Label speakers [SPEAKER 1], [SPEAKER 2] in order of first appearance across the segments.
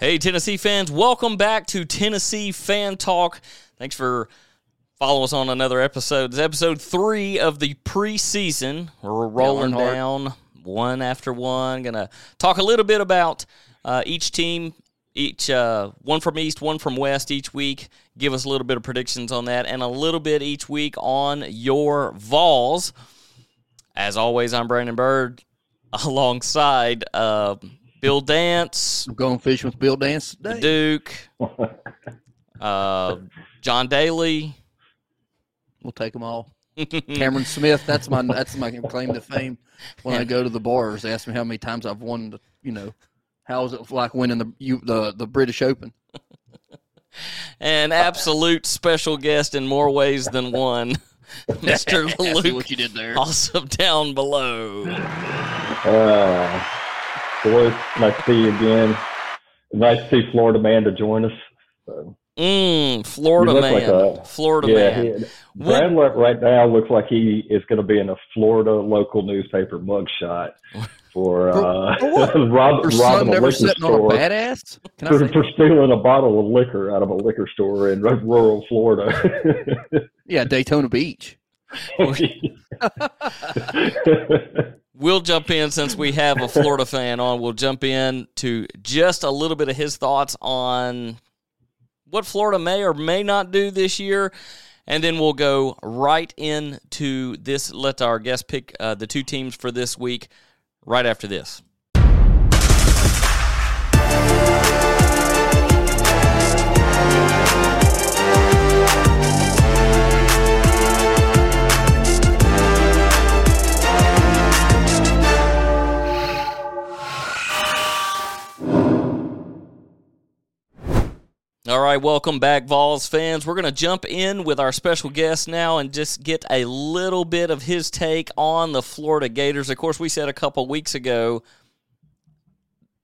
[SPEAKER 1] Hey, Tennessee fans, welcome back to Tennessee Fan Talk. Thanks for following us on another episode. It's episode three of the preseason. We're rolling
[SPEAKER 2] hard.
[SPEAKER 1] down one after one. Gonna talk a little bit about uh, each team, each uh, one from East, one from West each week. Give us a little bit of predictions on that, and a little bit each week on your Vols. As always, I'm Brandon Bird alongside uh, Bill Dance,
[SPEAKER 2] I'm going fishing with Bill Dance today.
[SPEAKER 1] Duke, uh, John Daly.
[SPEAKER 2] We'll take them all. Cameron Smith. That's my that's my claim to fame. When I go to the bars, they ask me how many times I've won. The, you know, how is it like winning the you, the the British Open?
[SPEAKER 1] An absolute special guest in more ways than one, Mr.
[SPEAKER 2] I see
[SPEAKER 1] Luke,
[SPEAKER 2] what you did there.
[SPEAKER 1] awesome down below.
[SPEAKER 3] Uh, boys, nice to see you again. Nice to see Florida man to join us. So,
[SPEAKER 1] Mm, Florida
[SPEAKER 3] You look like
[SPEAKER 1] man,
[SPEAKER 3] a-
[SPEAKER 1] Florida
[SPEAKER 3] yeah,
[SPEAKER 1] man.
[SPEAKER 3] he- Brad Luck right now looks like he is going to be in a Florida local newspaper mugshot for, uh,
[SPEAKER 2] for what?
[SPEAKER 3] rob,
[SPEAKER 2] Or
[SPEAKER 3] robbing
[SPEAKER 2] son
[SPEAKER 3] a
[SPEAKER 2] never
[SPEAKER 3] liquor
[SPEAKER 2] sitting on a
[SPEAKER 3] store.
[SPEAKER 2] badass. Can I
[SPEAKER 3] For,
[SPEAKER 2] say?
[SPEAKER 3] for stealing a bottle of liquor out of a liquor store in rural Florida.
[SPEAKER 2] Yeah, Daytona Beach.
[SPEAKER 1] We'll jump in since we have a Florida fan on. We'll jump in to just a little bit of his thoughts on what Florida may or may not do this year. And then we'll go right into this. Let our guest pick uh, the two teams for this week right after this. All right, welcome back, Vols fans. We're going to jump in with our special guest now and just get a little bit of his take on the Florida Gators. Of course, we said a couple weeks ago,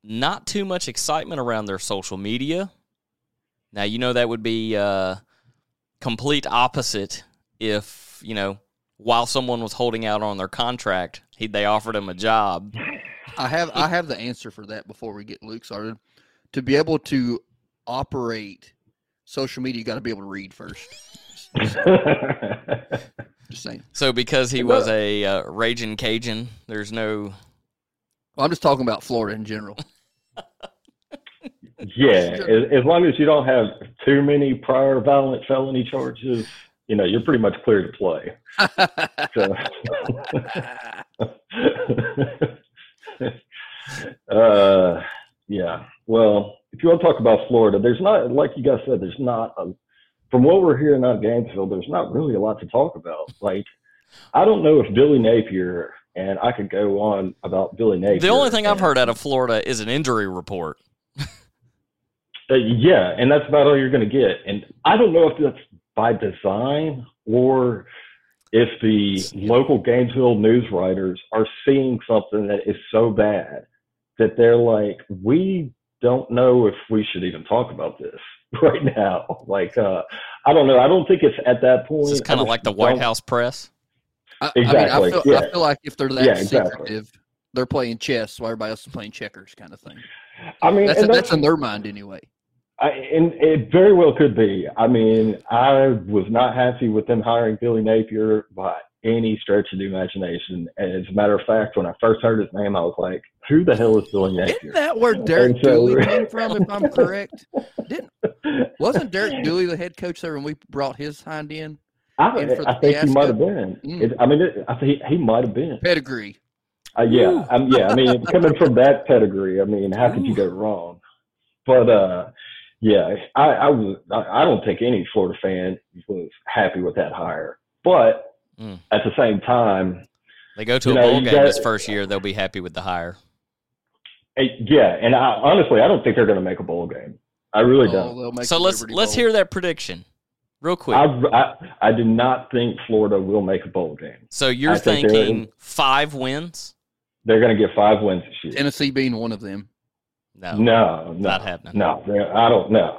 [SPEAKER 1] not too much excitement around their social media. Now, you know, that would be uh, complete opposite if, you know, while someone was holding out on their contract, he, they offered him a job.
[SPEAKER 2] I have I have the answer for that before we get Luke started. To be able to operate social media, you got to be able to read first. Just saying.
[SPEAKER 1] So, because he was a uh, raging Cajun, there's no.
[SPEAKER 2] Well, I'm just talking about Florida in general.
[SPEAKER 3] Yeah, as, as long as you don't have too many prior violent felony charges, you know, you're pretty much clear to play. So. uh, yeah. Well, if you want to talk about Florida, there's not, like you guys said, there's not, a, from what we're hearing out of Gainesville, there's not really a lot to talk about. Like, I don't know if Billy Napier, and I could go on about Billy Napier.
[SPEAKER 1] The only thing I've
[SPEAKER 3] and-
[SPEAKER 1] heard out of Florida is an injury report.
[SPEAKER 3] Uh, yeah, and that's about all you're going to get. And I don't know if that's by design or if the local Gainesville news writers are seeing something that is so bad that they're like, we don't know if we should even talk about this right now. Like, uh, I don't know. I don't think it's at that point.
[SPEAKER 1] This is kind
[SPEAKER 3] I
[SPEAKER 1] of
[SPEAKER 3] just
[SPEAKER 1] like the White
[SPEAKER 3] don't-
[SPEAKER 1] House press.
[SPEAKER 2] I, I
[SPEAKER 3] Exactly,
[SPEAKER 2] mean, I feel, I
[SPEAKER 3] yeah.
[SPEAKER 2] feel like if they're that
[SPEAKER 3] Yeah, exactly.
[SPEAKER 2] secretive, they're playing chess while everybody else is playing checkers, kind of thing.
[SPEAKER 3] I mean,
[SPEAKER 2] That's
[SPEAKER 3] and
[SPEAKER 2] that's in their mind anyway.
[SPEAKER 3] I, and it very well could be. I mean, I was not happy with them hiring Billy Napier by any stretch of the imagination. And as a matter of fact, when I first heard his name, I was like, "Who the hell is Billy
[SPEAKER 2] Isn't
[SPEAKER 3] Napier?"
[SPEAKER 2] that where Derek
[SPEAKER 3] so-
[SPEAKER 2] Dooley came from? If I'm correct, didn't wasn't Derek Dooley the head coach there when we brought his hind in?
[SPEAKER 3] I,
[SPEAKER 2] And for
[SPEAKER 3] I think he might have
[SPEAKER 2] fiasco?
[SPEAKER 3] been.
[SPEAKER 2] Mm.
[SPEAKER 3] It, I mean, it, I think he might have been.
[SPEAKER 2] Pedigree.
[SPEAKER 3] Uh, yeah, um, yeah. I mean, coming from that pedigree, I mean, how could you go wrong? But uh, yeah, I, I was. I I don't think any Florida fan was happy with that hire. But
[SPEAKER 1] Mm.
[SPEAKER 3] at the same time,
[SPEAKER 1] They go to
[SPEAKER 3] You
[SPEAKER 1] a
[SPEAKER 3] know,
[SPEAKER 1] bowl
[SPEAKER 3] you
[SPEAKER 1] game this
[SPEAKER 3] got-
[SPEAKER 1] first year, they'll be happy with the hire.
[SPEAKER 3] Hey, yeah, and I, honestly, I don't think they're going to make a bowl game. I really
[SPEAKER 2] Oh,
[SPEAKER 3] don't.
[SPEAKER 2] they'll make
[SPEAKER 1] So
[SPEAKER 2] the
[SPEAKER 1] let's
[SPEAKER 2] Liberty
[SPEAKER 1] let's
[SPEAKER 2] Bowl.
[SPEAKER 1] hear that prediction, real quick.
[SPEAKER 3] I, I I do not think Florida will make a bowl game.
[SPEAKER 1] so you're
[SPEAKER 3] I think they're
[SPEAKER 1] thinking
[SPEAKER 3] in-
[SPEAKER 1] five wins?
[SPEAKER 3] They're going to get five wins this year.
[SPEAKER 2] Tennessee being one of them.
[SPEAKER 1] No,
[SPEAKER 3] no, no,
[SPEAKER 1] not happening.
[SPEAKER 3] no. they- I don't know.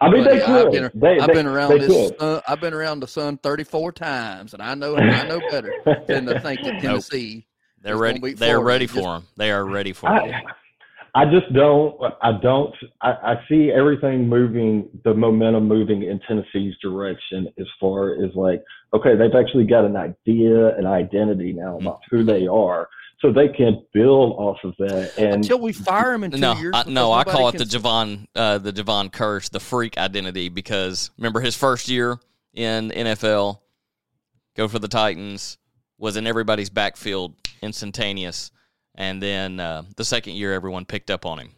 [SPEAKER 3] I mean,
[SPEAKER 2] Buddy,
[SPEAKER 3] they
[SPEAKER 2] I've
[SPEAKER 3] could.
[SPEAKER 2] been-
[SPEAKER 3] they,
[SPEAKER 2] I've
[SPEAKER 3] they-
[SPEAKER 2] been around
[SPEAKER 3] they
[SPEAKER 2] this.
[SPEAKER 3] could.
[SPEAKER 2] Uh, I've been around the sun 34 times, and I know I know better than to think that Tennessee.
[SPEAKER 1] They're
[SPEAKER 2] It's
[SPEAKER 1] ready.
[SPEAKER 2] gonna be
[SPEAKER 1] They're
[SPEAKER 2] Florida.
[SPEAKER 1] ready
[SPEAKER 2] Just-
[SPEAKER 1] for them. They are ready for
[SPEAKER 3] I,
[SPEAKER 1] them.
[SPEAKER 3] I just don't. I don't. I, I see everything moving, the momentum moving in Tennessee's direction as far as like, okay, they've actually got an idea, an identity now about who they are, so they can build off of that. And
[SPEAKER 2] Until we fire him in two
[SPEAKER 1] no,
[SPEAKER 2] years.
[SPEAKER 1] I,
[SPEAKER 2] because
[SPEAKER 1] no, I
[SPEAKER 2] nobody
[SPEAKER 1] call it
[SPEAKER 2] can-
[SPEAKER 1] the Javon, uh, the Javon curse, the freak identity. Because remember his first year in NFL, go for the Titans, was in everybody's backfield, instantaneous, and then uh, the second year everyone picked up on him.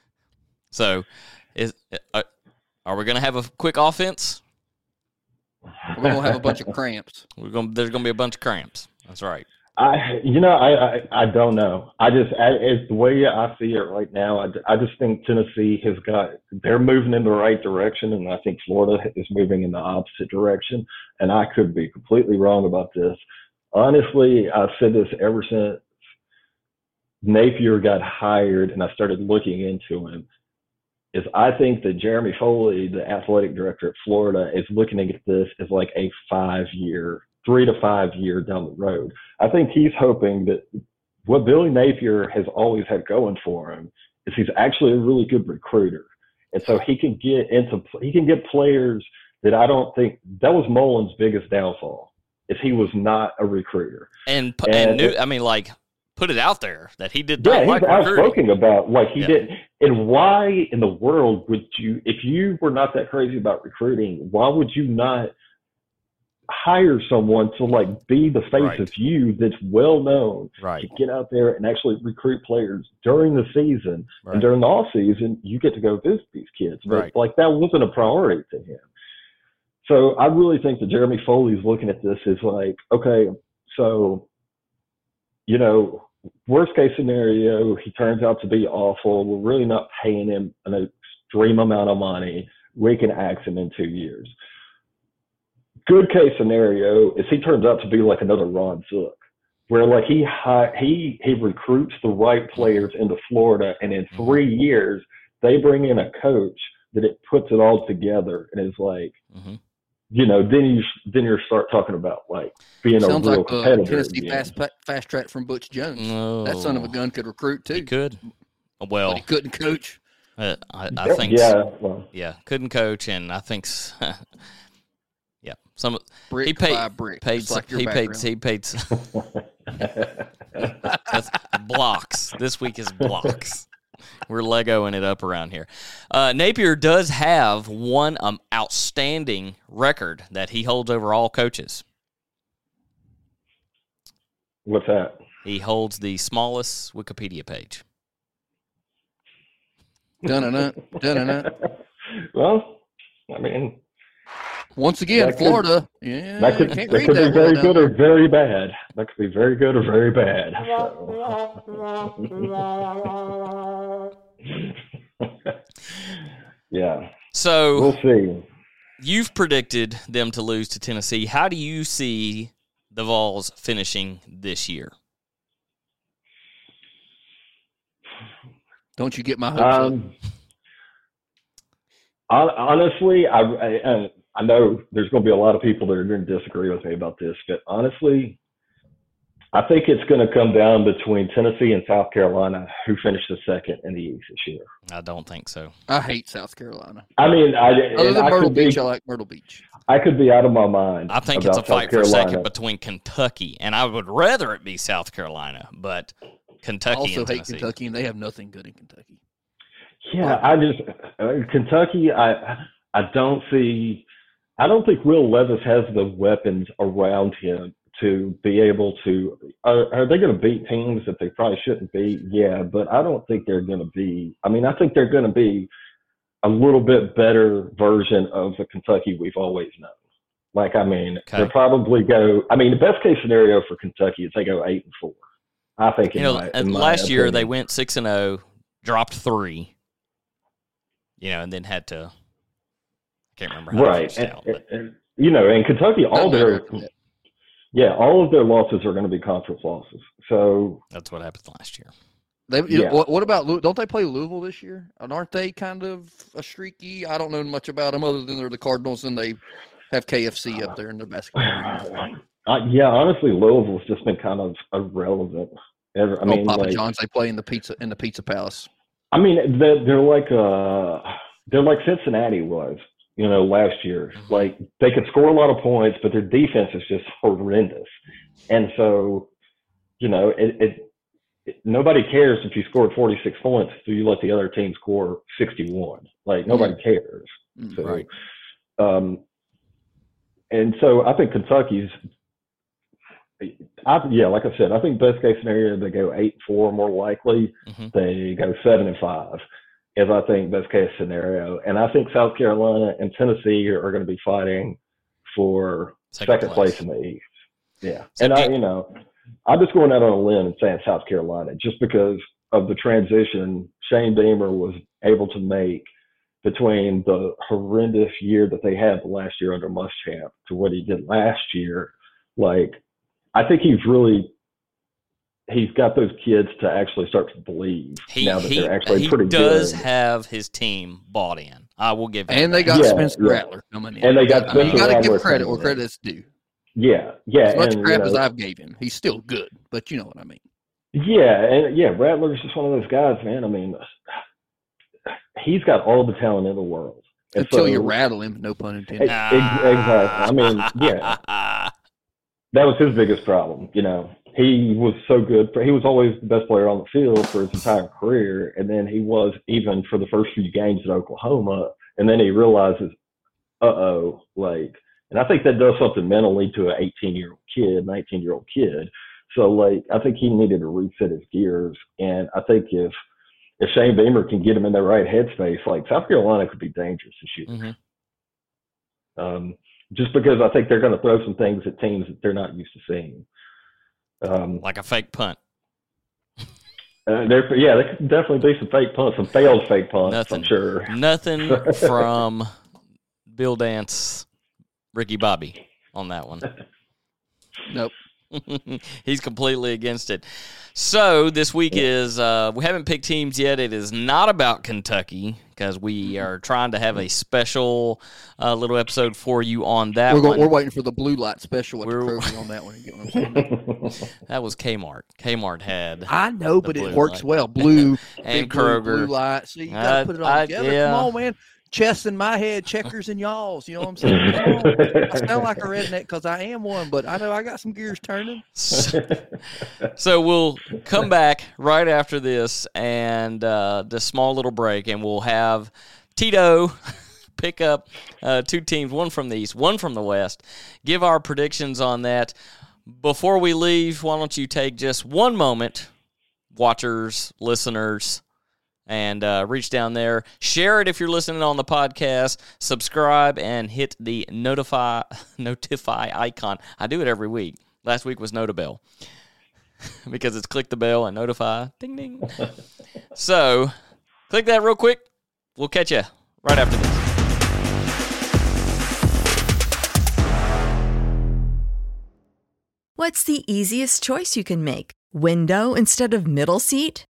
[SPEAKER 1] so, is uh, are we going to have a quick offense?
[SPEAKER 2] We're gonna have a bunch of cramps.
[SPEAKER 1] We're going. There's going to be a bunch of cramps. That's right.
[SPEAKER 3] I, you know, I, I, I don't know. I just, I, it's the way I see it right now. I, I just think Tennessee has got, they're moving in the right direction, and I think Florida is moving in the opposite direction. And I could be completely wrong about this. Honestly, I've said this ever since Napier got hired and I started looking into him. Is I think that Jeremy Foley, the athletic director at Florida, is looking at this as like a five year, three to five year down the road. I think he's hoping that what Billy Napier has always had going for him is he's actually a really good recruiter, and so he can get into he can get players that I don't think that was Mullen's biggest downfall is he was not a recruiter.
[SPEAKER 1] And pu- and
[SPEAKER 3] And-
[SPEAKER 1] new. I mean, like, put it out there that he did
[SPEAKER 3] Yeah,
[SPEAKER 1] not like
[SPEAKER 3] he's
[SPEAKER 1] recruiting.
[SPEAKER 3] outspoken about like he
[SPEAKER 1] Yeah.
[SPEAKER 3] did. And why in the world would you, if you were not that crazy about recruiting, why would you not hire someone to like be the face
[SPEAKER 1] Right.
[SPEAKER 3] of you that's well known
[SPEAKER 1] Right.
[SPEAKER 3] to get out there and actually recruit players during the season
[SPEAKER 1] Right.
[SPEAKER 3] and during the off season you get to go visit these kids but
[SPEAKER 1] Right.
[SPEAKER 3] like that wasn't a priority to him so i really think that jeremy foley's looking at this as like okay so you know worst case scenario he turns out to be awful we're really not paying him an extreme amount of money we can ax him in two years good case scenario is he turns out to be like another ron zook where like he hi- he he recruits the right players into Florida, and in three years they bring in a coach that it puts it all together, and it's like
[SPEAKER 1] Mhm.
[SPEAKER 3] you know then you then you start talking about like being
[SPEAKER 2] Sounds
[SPEAKER 3] a real
[SPEAKER 2] like the
[SPEAKER 3] competitor.
[SPEAKER 2] Tennessee
[SPEAKER 3] again.
[SPEAKER 2] fast, fast track from Butch Jones.
[SPEAKER 1] Mm-hmm. No.
[SPEAKER 2] That son of a gun could recruit
[SPEAKER 1] Oh, He
[SPEAKER 2] too,
[SPEAKER 1] could.
[SPEAKER 2] but
[SPEAKER 1] Well,
[SPEAKER 2] he couldn't coach.
[SPEAKER 1] uh, I, I think.
[SPEAKER 3] yeah, well,
[SPEAKER 1] yeah, couldn't coach, and I think, s- yeah, some
[SPEAKER 2] Brick
[SPEAKER 1] He paid-
[SPEAKER 2] by brick,
[SPEAKER 1] paid
[SPEAKER 2] just like your
[SPEAKER 1] he paid
[SPEAKER 2] background.
[SPEAKER 1] he paid s- that's blocks. This week is blocks. We're legoing it up around here. Uh, Napier does have one um, outstanding record that he holds over all coaches.
[SPEAKER 3] what's that?
[SPEAKER 1] He holds the smallest Wikipedia page.
[SPEAKER 2] Dun-dun-dun, dun-dun-dun.
[SPEAKER 3] well, I mean
[SPEAKER 2] Once again,
[SPEAKER 3] That could-
[SPEAKER 2] Florida. Yeah,
[SPEAKER 3] that could,
[SPEAKER 2] you
[SPEAKER 3] that
[SPEAKER 2] can't
[SPEAKER 3] could
[SPEAKER 2] read
[SPEAKER 3] be
[SPEAKER 2] that
[SPEAKER 3] very
[SPEAKER 2] well
[SPEAKER 3] good
[SPEAKER 2] down
[SPEAKER 3] or very bad. That could be very good or very bad. so. yeah,
[SPEAKER 1] So
[SPEAKER 3] we'll see.
[SPEAKER 1] You've predicted them to lose to Tennessee. How do you see the Vols finishing this year?
[SPEAKER 2] there. Don't you get my hopes up?
[SPEAKER 3] Um, hon- honestly, I, I I- I know there's going to be a lot of people that are going to disagree with me about this, but honestly, I think it's going to come down between Tennessee and South Carolina, who finished the second in the East this year.
[SPEAKER 1] I don't think so.
[SPEAKER 2] I hate South Carolina.
[SPEAKER 3] I mean, I,
[SPEAKER 2] Other than
[SPEAKER 3] and I
[SPEAKER 2] Myrtle
[SPEAKER 3] could be
[SPEAKER 2] Beach, I like Myrtle Beach.
[SPEAKER 3] I could be out of my mind.
[SPEAKER 1] I think
[SPEAKER 3] about
[SPEAKER 1] it's a fight
[SPEAKER 3] South
[SPEAKER 1] for second
[SPEAKER 3] Carolina.
[SPEAKER 1] between Kentucky, and I would rather it be South Carolina, but
[SPEAKER 2] I
[SPEAKER 1] Kentucky
[SPEAKER 2] also
[SPEAKER 1] and
[SPEAKER 2] hate
[SPEAKER 1] Tennessee.
[SPEAKER 2] Kentucky, and they have nothing good in Kentucky.
[SPEAKER 3] Yeah, I just uh, Kentucky. I I don't see. I don't think Will Levis has the weapons around him to be able to. Are, are they going to beat teams that they probably shouldn't beat? Yeah, but I don't think they're going to be. I mean, I think they're going to be a little bit better version of the Kentucky we've always known. Like, I mean,
[SPEAKER 1] Okay.
[SPEAKER 3] they'll probably go. I mean, the best case scenario for Kentucky is they go eight and four. I think.
[SPEAKER 1] You
[SPEAKER 3] in
[SPEAKER 1] know,
[SPEAKER 3] my-
[SPEAKER 1] and
[SPEAKER 3] in my
[SPEAKER 1] last year they
[SPEAKER 3] opinion.
[SPEAKER 1] went six and zero, dropped three, you know, and then had to. I can't remember how
[SPEAKER 3] right.
[SPEAKER 1] right.
[SPEAKER 3] And,
[SPEAKER 1] out, but
[SPEAKER 3] and- you know, and Kentucky, all
[SPEAKER 2] Doesn't matter
[SPEAKER 3] their
[SPEAKER 2] after that.
[SPEAKER 3] yeah, all of their losses are going to be conference losses. So
[SPEAKER 1] that's what happened last year.
[SPEAKER 2] They, you know,
[SPEAKER 3] Yeah.
[SPEAKER 2] what, what about Lou- don't they play Louisville this year? And aren't they kind of a streaky? I don't know much about them other than they're the Cardinals and they have KFC up there in their basketball.
[SPEAKER 3] uh, yeah, honestly, Louisville's just been kind of irrelevant. Ever, I mean,
[SPEAKER 2] oh, Papa
[SPEAKER 3] like,
[SPEAKER 2] John's they play in the pizza in the Pizza Palace.
[SPEAKER 3] I mean, they're, they're like uh, they're like Cincinnati was, you know, last year. Like they could score a lot of points, but their defense is just horrendous, and so, you know, it. it, it- Nobody cares if you scored 46 points. Do you let the other team score 61? Like nobody cares.
[SPEAKER 2] Mm.
[SPEAKER 3] So,
[SPEAKER 4] Right.
[SPEAKER 3] Um, and so I think Kentucky's, I, yeah, like I said, I think best case scenario they go eight four more likely
[SPEAKER 1] Mhm.
[SPEAKER 3] they go seven and five is I think best case scenario, and I think South Carolina and Tennessee are, going to be fighting for second, place. in the East. Yeah,
[SPEAKER 1] So
[SPEAKER 3] and I,
[SPEAKER 1] do-
[SPEAKER 3] you know, I'm just going out on a limb and saying South Carolina just because of the transition Shane Beamer was able to make between the horrendous year that they had last year under Muschamp to what he did last year. Like, I think he's really he's got those kids to actually start to believe
[SPEAKER 1] He,
[SPEAKER 3] now that
[SPEAKER 1] he,
[SPEAKER 3] they're actually
[SPEAKER 1] he
[SPEAKER 3] pretty
[SPEAKER 1] does
[SPEAKER 3] good.
[SPEAKER 1] have his team bought in. I will give him
[SPEAKER 2] And
[SPEAKER 1] that.
[SPEAKER 2] they got
[SPEAKER 3] Yeah,
[SPEAKER 2] Spencer
[SPEAKER 3] yeah.
[SPEAKER 2] Rattler coming in.
[SPEAKER 3] And they got
[SPEAKER 2] I mean,
[SPEAKER 1] Spencer
[SPEAKER 2] you got to
[SPEAKER 3] Rattler
[SPEAKER 2] give credit
[SPEAKER 3] coming
[SPEAKER 2] where
[SPEAKER 3] in.
[SPEAKER 2] credit's due.
[SPEAKER 3] yeah, yeah.
[SPEAKER 2] As much
[SPEAKER 3] and, uh, you
[SPEAKER 2] crap as
[SPEAKER 3] know,
[SPEAKER 2] I've gave him, he's still good. But you know what I mean.
[SPEAKER 3] Yeah, and yeah, Rattler's just one of those guys, man. I mean, he's got all the talent in the world. And
[SPEAKER 2] Until
[SPEAKER 3] so-
[SPEAKER 2] you rattle him, no pun
[SPEAKER 3] Hey,
[SPEAKER 2] intended.
[SPEAKER 3] ex- exactly. I mean, yeah, that was his biggest problem. You know, he was so good. For, he was always the best player on the field for his entire career, and then he was even for the first few games at Oklahoma, and then he realizes, uh oh, like, and I think that does something mentally to an 18 year old kid, 19 year old kid. So like, I think he needed to reset his gears, and I think if if Shane Beamer can get him in the right headspace, like South Carolina could be dangerous this year
[SPEAKER 1] Mhm.
[SPEAKER 3] um, just because I think they're going to throw some things at teams that they're not used to seeing. Um,
[SPEAKER 1] Like a fake punt.
[SPEAKER 3] uh, there, yeah, there could definitely be some fake punts, some failed fake punts,
[SPEAKER 1] Nothing.
[SPEAKER 3] I'm sure.
[SPEAKER 1] Nothing from Bill Dance, Ricky Bobby on that one.
[SPEAKER 2] Nope.
[SPEAKER 1] He's completely against it. So this week is uh, we haven't picked teams yet. It is not about Kentucky because we are trying to have a special uh, little episode for you on that
[SPEAKER 2] We're,
[SPEAKER 1] one.
[SPEAKER 2] going, we're waiting for the blue light special at the
[SPEAKER 1] We're-
[SPEAKER 2] Kroger on that one. You get what I'm saying?
[SPEAKER 1] that was Kmart. Kmart had.
[SPEAKER 2] I know,
[SPEAKER 1] The
[SPEAKER 2] but
[SPEAKER 1] blue
[SPEAKER 2] it works
[SPEAKER 1] light.
[SPEAKER 2] well. Blue
[SPEAKER 1] And
[SPEAKER 2] big blue,
[SPEAKER 1] Kroger.
[SPEAKER 2] blue light. See, you
[SPEAKER 1] I-
[SPEAKER 2] gotta put it all
[SPEAKER 1] I-
[SPEAKER 2] together.
[SPEAKER 1] yeah.
[SPEAKER 2] Come on, man. Chess in my head, checkers in y'all's. You know what I'm saying? Come on. I sound like a redneck because I am one, but I know I got some gears turning.
[SPEAKER 1] So, so we'll come back right after this and uh, the small little break, and we'll have Tito pick up uh, two teams, one from the East, one from the West, give our predictions on that. Before we leave, why don't you take just one moment, watchers, listeners, and uh, reach down there. Share it if you're listening on the podcast. Subscribe and hit the notify notify icon. I do it every week. Last week was Notabell because it's click the bell and notify. Ding ding. so click that real quick. We'll catch you right after this.
[SPEAKER 5] What's the easiest choice you can make? Window instead of middle seat?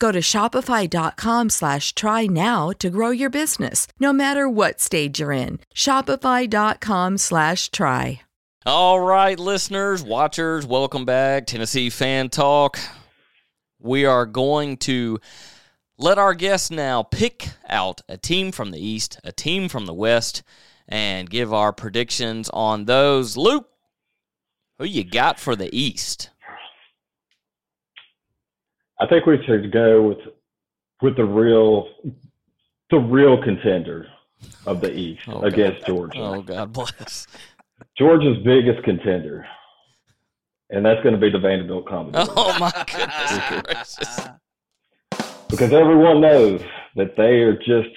[SPEAKER 5] Go to shopify.com slash try now to grow your business, no matter what stage you're in. Shopify.com slash try.
[SPEAKER 1] All right, listeners, watchers, welcome back. Tennessee Fan Talk. We are going to let our guests now pick out a team from the East, a team from the West, and give our predictions on those. Luke, who you got for the East?
[SPEAKER 3] I think we should go with with the real the real contender of the East
[SPEAKER 1] Oh, God.
[SPEAKER 3] against Georgia.
[SPEAKER 1] Oh, God bless.
[SPEAKER 3] Georgia's biggest contender, and that's going to be the Vanderbilt Commodores.
[SPEAKER 1] Oh, my goodness gracious.
[SPEAKER 3] because everyone knows that they are just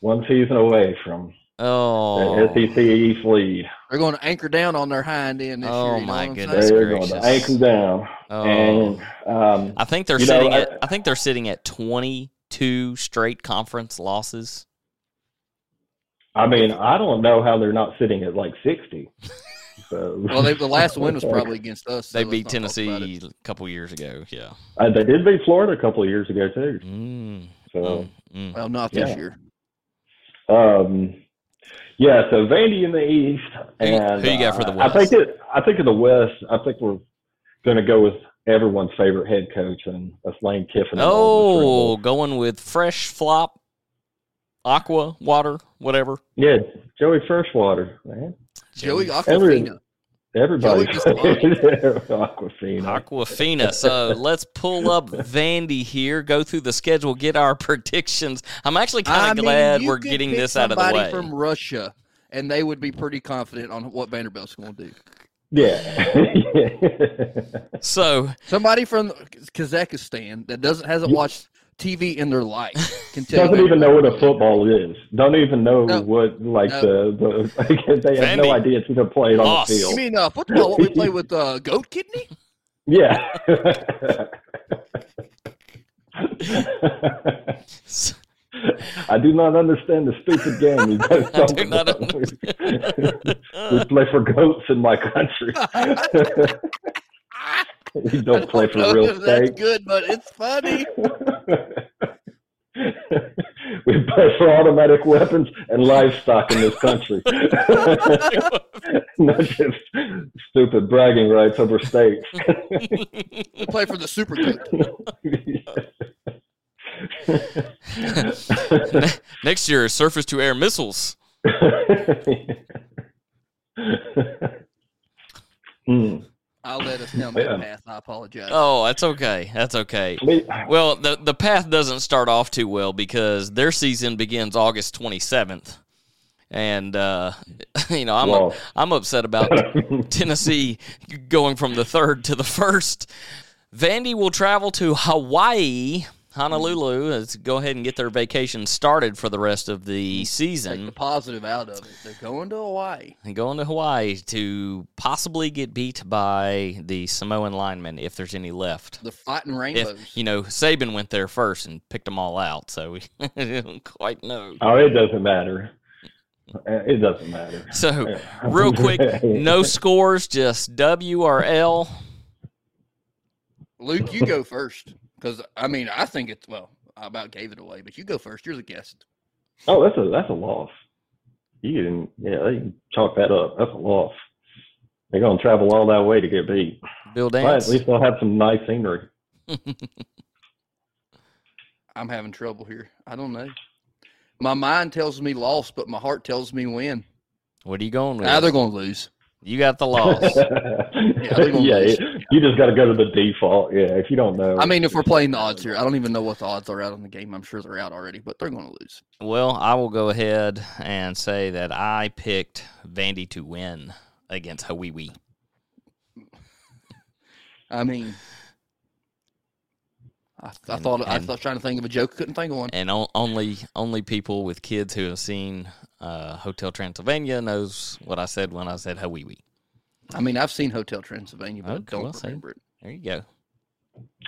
[SPEAKER 3] one season away from
[SPEAKER 1] Oh,
[SPEAKER 3] the SEC East lead.
[SPEAKER 2] They're going to anchor down on their hind end this
[SPEAKER 1] Oh,
[SPEAKER 2] year. you know
[SPEAKER 1] my
[SPEAKER 2] what I'm saying?
[SPEAKER 1] That's
[SPEAKER 3] They're going to
[SPEAKER 1] gracious.
[SPEAKER 3] anchor down,
[SPEAKER 1] oh.
[SPEAKER 3] and um,
[SPEAKER 1] I think they're
[SPEAKER 3] You know,
[SPEAKER 1] sitting
[SPEAKER 3] I-
[SPEAKER 1] at I think they're sitting at 22 straight conference losses.
[SPEAKER 3] I mean, I don't know how they're not sitting at like sixty. So
[SPEAKER 2] Well, they, the last win was probably against us. so
[SPEAKER 1] They
[SPEAKER 2] let's
[SPEAKER 1] beat
[SPEAKER 2] not talk about
[SPEAKER 1] Tennessee
[SPEAKER 2] it.
[SPEAKER 1] a couple years ago. Yeah.
[SPEAKER 3] Uh, they did beat Florida a couple of years ago too.
[SPEAKER 1] Mm,
[SPEAKER 3] So
[SPEAKER 1] mm, mm.
[SPEAKER 2] Well, not this
[SPEAKER 3] Yeah.
[SPEAKER 2] year.
[SPEAKER 1] Hmm.
[SPEAKER 3] um, yeah, so Vandy in the East,
[SPEAKER 1] Who you-
[SPEAKER 3] and
[SPEAKER 1] who you got for the
[SPEAKER 3] uh, I think it. I think in the West, I think we're going to go with everyone's favorite head coach, and that's Lane Kiffin.
[SPEAKER 1] Oh, going with fresh flop, aqua water, whatever.
[SPEAKER 3] yeah, Joey Freshwater, man.
[SPEAKER 2] Joey
[SPEAKER 3] Every-
[SPEAKER 2] Aquafina.
[SPEAKER 3] Everybody,
[SPEAKER 2] Joey
[SPEAKER 3] Aquafina.
[SPEAKER 1] Aquafina. So let's pull up Vandy here, go through the schedule, get our predictions. I'm actually kind
[SPEAKER 2] I
[SPEAKER 1] of
[SPEAKER 2] mean,
[SPEAKER 1] glad
[SPEAKER 2] you
[SPEAKER 1] we're
[SPEAKER 2] could
[SPEAKER 1] getting
[SPEAKER 2] pick
[SPEAKER 1] this out of the
[SPEAKER 2] somebody
[SPEAKER 1] way.
[SPEAKER 2] from Russia, and they would be pretty confident on what Vanderbilt's going to do.
[SPEAKER 3] Yeah.
[SPEAKER 1] So
[SPEAKER 2] Somebody from Kazakhstan that doesn't hasn't
[SPEAKER 3] You-
[SPEAKER 2] watched TV in their life can tell
[SPEAKER 3] Doesn't
[SPEAKER 2] you
[SPEAKER 3] even know what a football is. Don't even know
[SPEAKER 2] No.
[SPEAKER 3] what like
[SPEAKER 2] No.
[SPEAKER 3] the, the they have
[SPEAKER 1] Vandy.
[SPEAKER 3] no idea it's even played on
[SPEAKER 1] Lost.
[SPEAKER 3] the
[SPEAKER 2] You
[SPEAKER 3] field.
[SPEAKER 2] mean uh, football? What we play with uh, goat kidney?
[SPEAKER 3] Yeah.
[SPEAKER 1] s-
[SPEAKER 3] I do not understand the stupid game. You guys
[SPEAKER 1] I
[SPEAKER 3] talk
[SPEAKER 1] do not
[SPEAKER 3] about. we play for goats in my country. you don't play
[SPEAKER 2] I
[SPEAKER 3] for
[SPEAKER 2] don't know
[SPEAKER 3] real
[SPEAKER 2] if that's
[SPEAKER 3] estate.
[SPEAKER 2] good, but it's funny.
[SPEAKER 3] we play for automatic weapons and livestock in this country. Not just stupid bragging rights over states.
[SPEAKER 2] We play for the Super Goat.
[SPEAKER 1] ne- next year, surface to air missiles.
[SPEAKER 3] Hmm.
[SPEAKER 2] I'll let us down that
[SPEAKER 3] Yeah.
[SPEAKER 2] path. I apologize.
[SPEAKER 1] Oh, that's okay. That's okay.
[SPEAKER 3] We-
[SPEAKER 1] Well, the the path doesn't start off too well because their season begins August 27th, and uh, you know I'm
[SPEAKER 3] Well.
[SPEAKER 1] I'm upset about Tennessee going from the third to the first. Vandy will travel to Hawaii. Honolulu, let's go ahead and get their vacation started for the rest of the
[SPEAKER 2] Take the
[SPEAKER 1] season.
[SPEAKER 2] positive out of it. They're going to Hawaii.
[SPEAKER 1] And going to Hawaii to possibly get beat by the Samoan linemen if there's any left.
[SPEAKER 2] The fighting rainbows.
[SPEAKER 1] if you know Saban went there first and picked them all out, so we don't quite know.
[SPEAKER 3] oh, it doesn't matter. Uh, It doesn't matter.
[SPEAKER 1] So real quick, no scores, just W or L.
[SPEAKER 2] Luke, you go first because I mean I think it's well. I about gave it away, but you go first. You're the guest.
[SPEAKER 3] Oh, that's a that's a loss. You can yeah, they can chalk that up. That's a loss. They're gonna travel all that way to get beat.
[SPEAKER 1] Bill
[SPEAKER 3] But
[SPEAKER 1] Dance.
[SPEAKER 3] at least they'll have some nice scenery.
[SPEAKER 2] I'm having trouble here. I don't know. My mind tells me loss, but my heart tells me win.
[SPEAKER 1] What are you going with?
[SPEAKER 2] Now they're going to lose.
[SPEAKER 1] you got the loss.
[SPEAKER 2] they're
[SPEAKER 3] yeah,
[SPEAKER 2] gonna lose.
[SPEAKER 3] you just got to go to the default. Yeah, if you don't know.
[SPEAKER 2] I mean, if we're playing the odds here, I don't even know what the odds are out on the game. I'm sure they're out already, but they're going to lose.
[SPEAKER 1] well, I will go ahead and say that I picked Vandy to win against Hawaii.
[SPEAKER 2] I mean, I, I
[SPEAKER 1] And-
[SPEAKER 2] thought I
[SPEAKER 1] and-
[SPEAKER 2] was trying to think of a joke, couldn't think of one.
[SPEAKER 1] and o- only only people with kids who have seen uh, Hotel Transylvania knows what I said when I said Hawaii.
[SPEAKER 2] I mean, I've seen Hotel Transylvania, but I
[SPEAKER 1] Okay,
[SPEAKER 2] don't
[SPEAKER 1] well, see.
[SPEAKER 2] remember it.
[SPEAKER 1] There you go.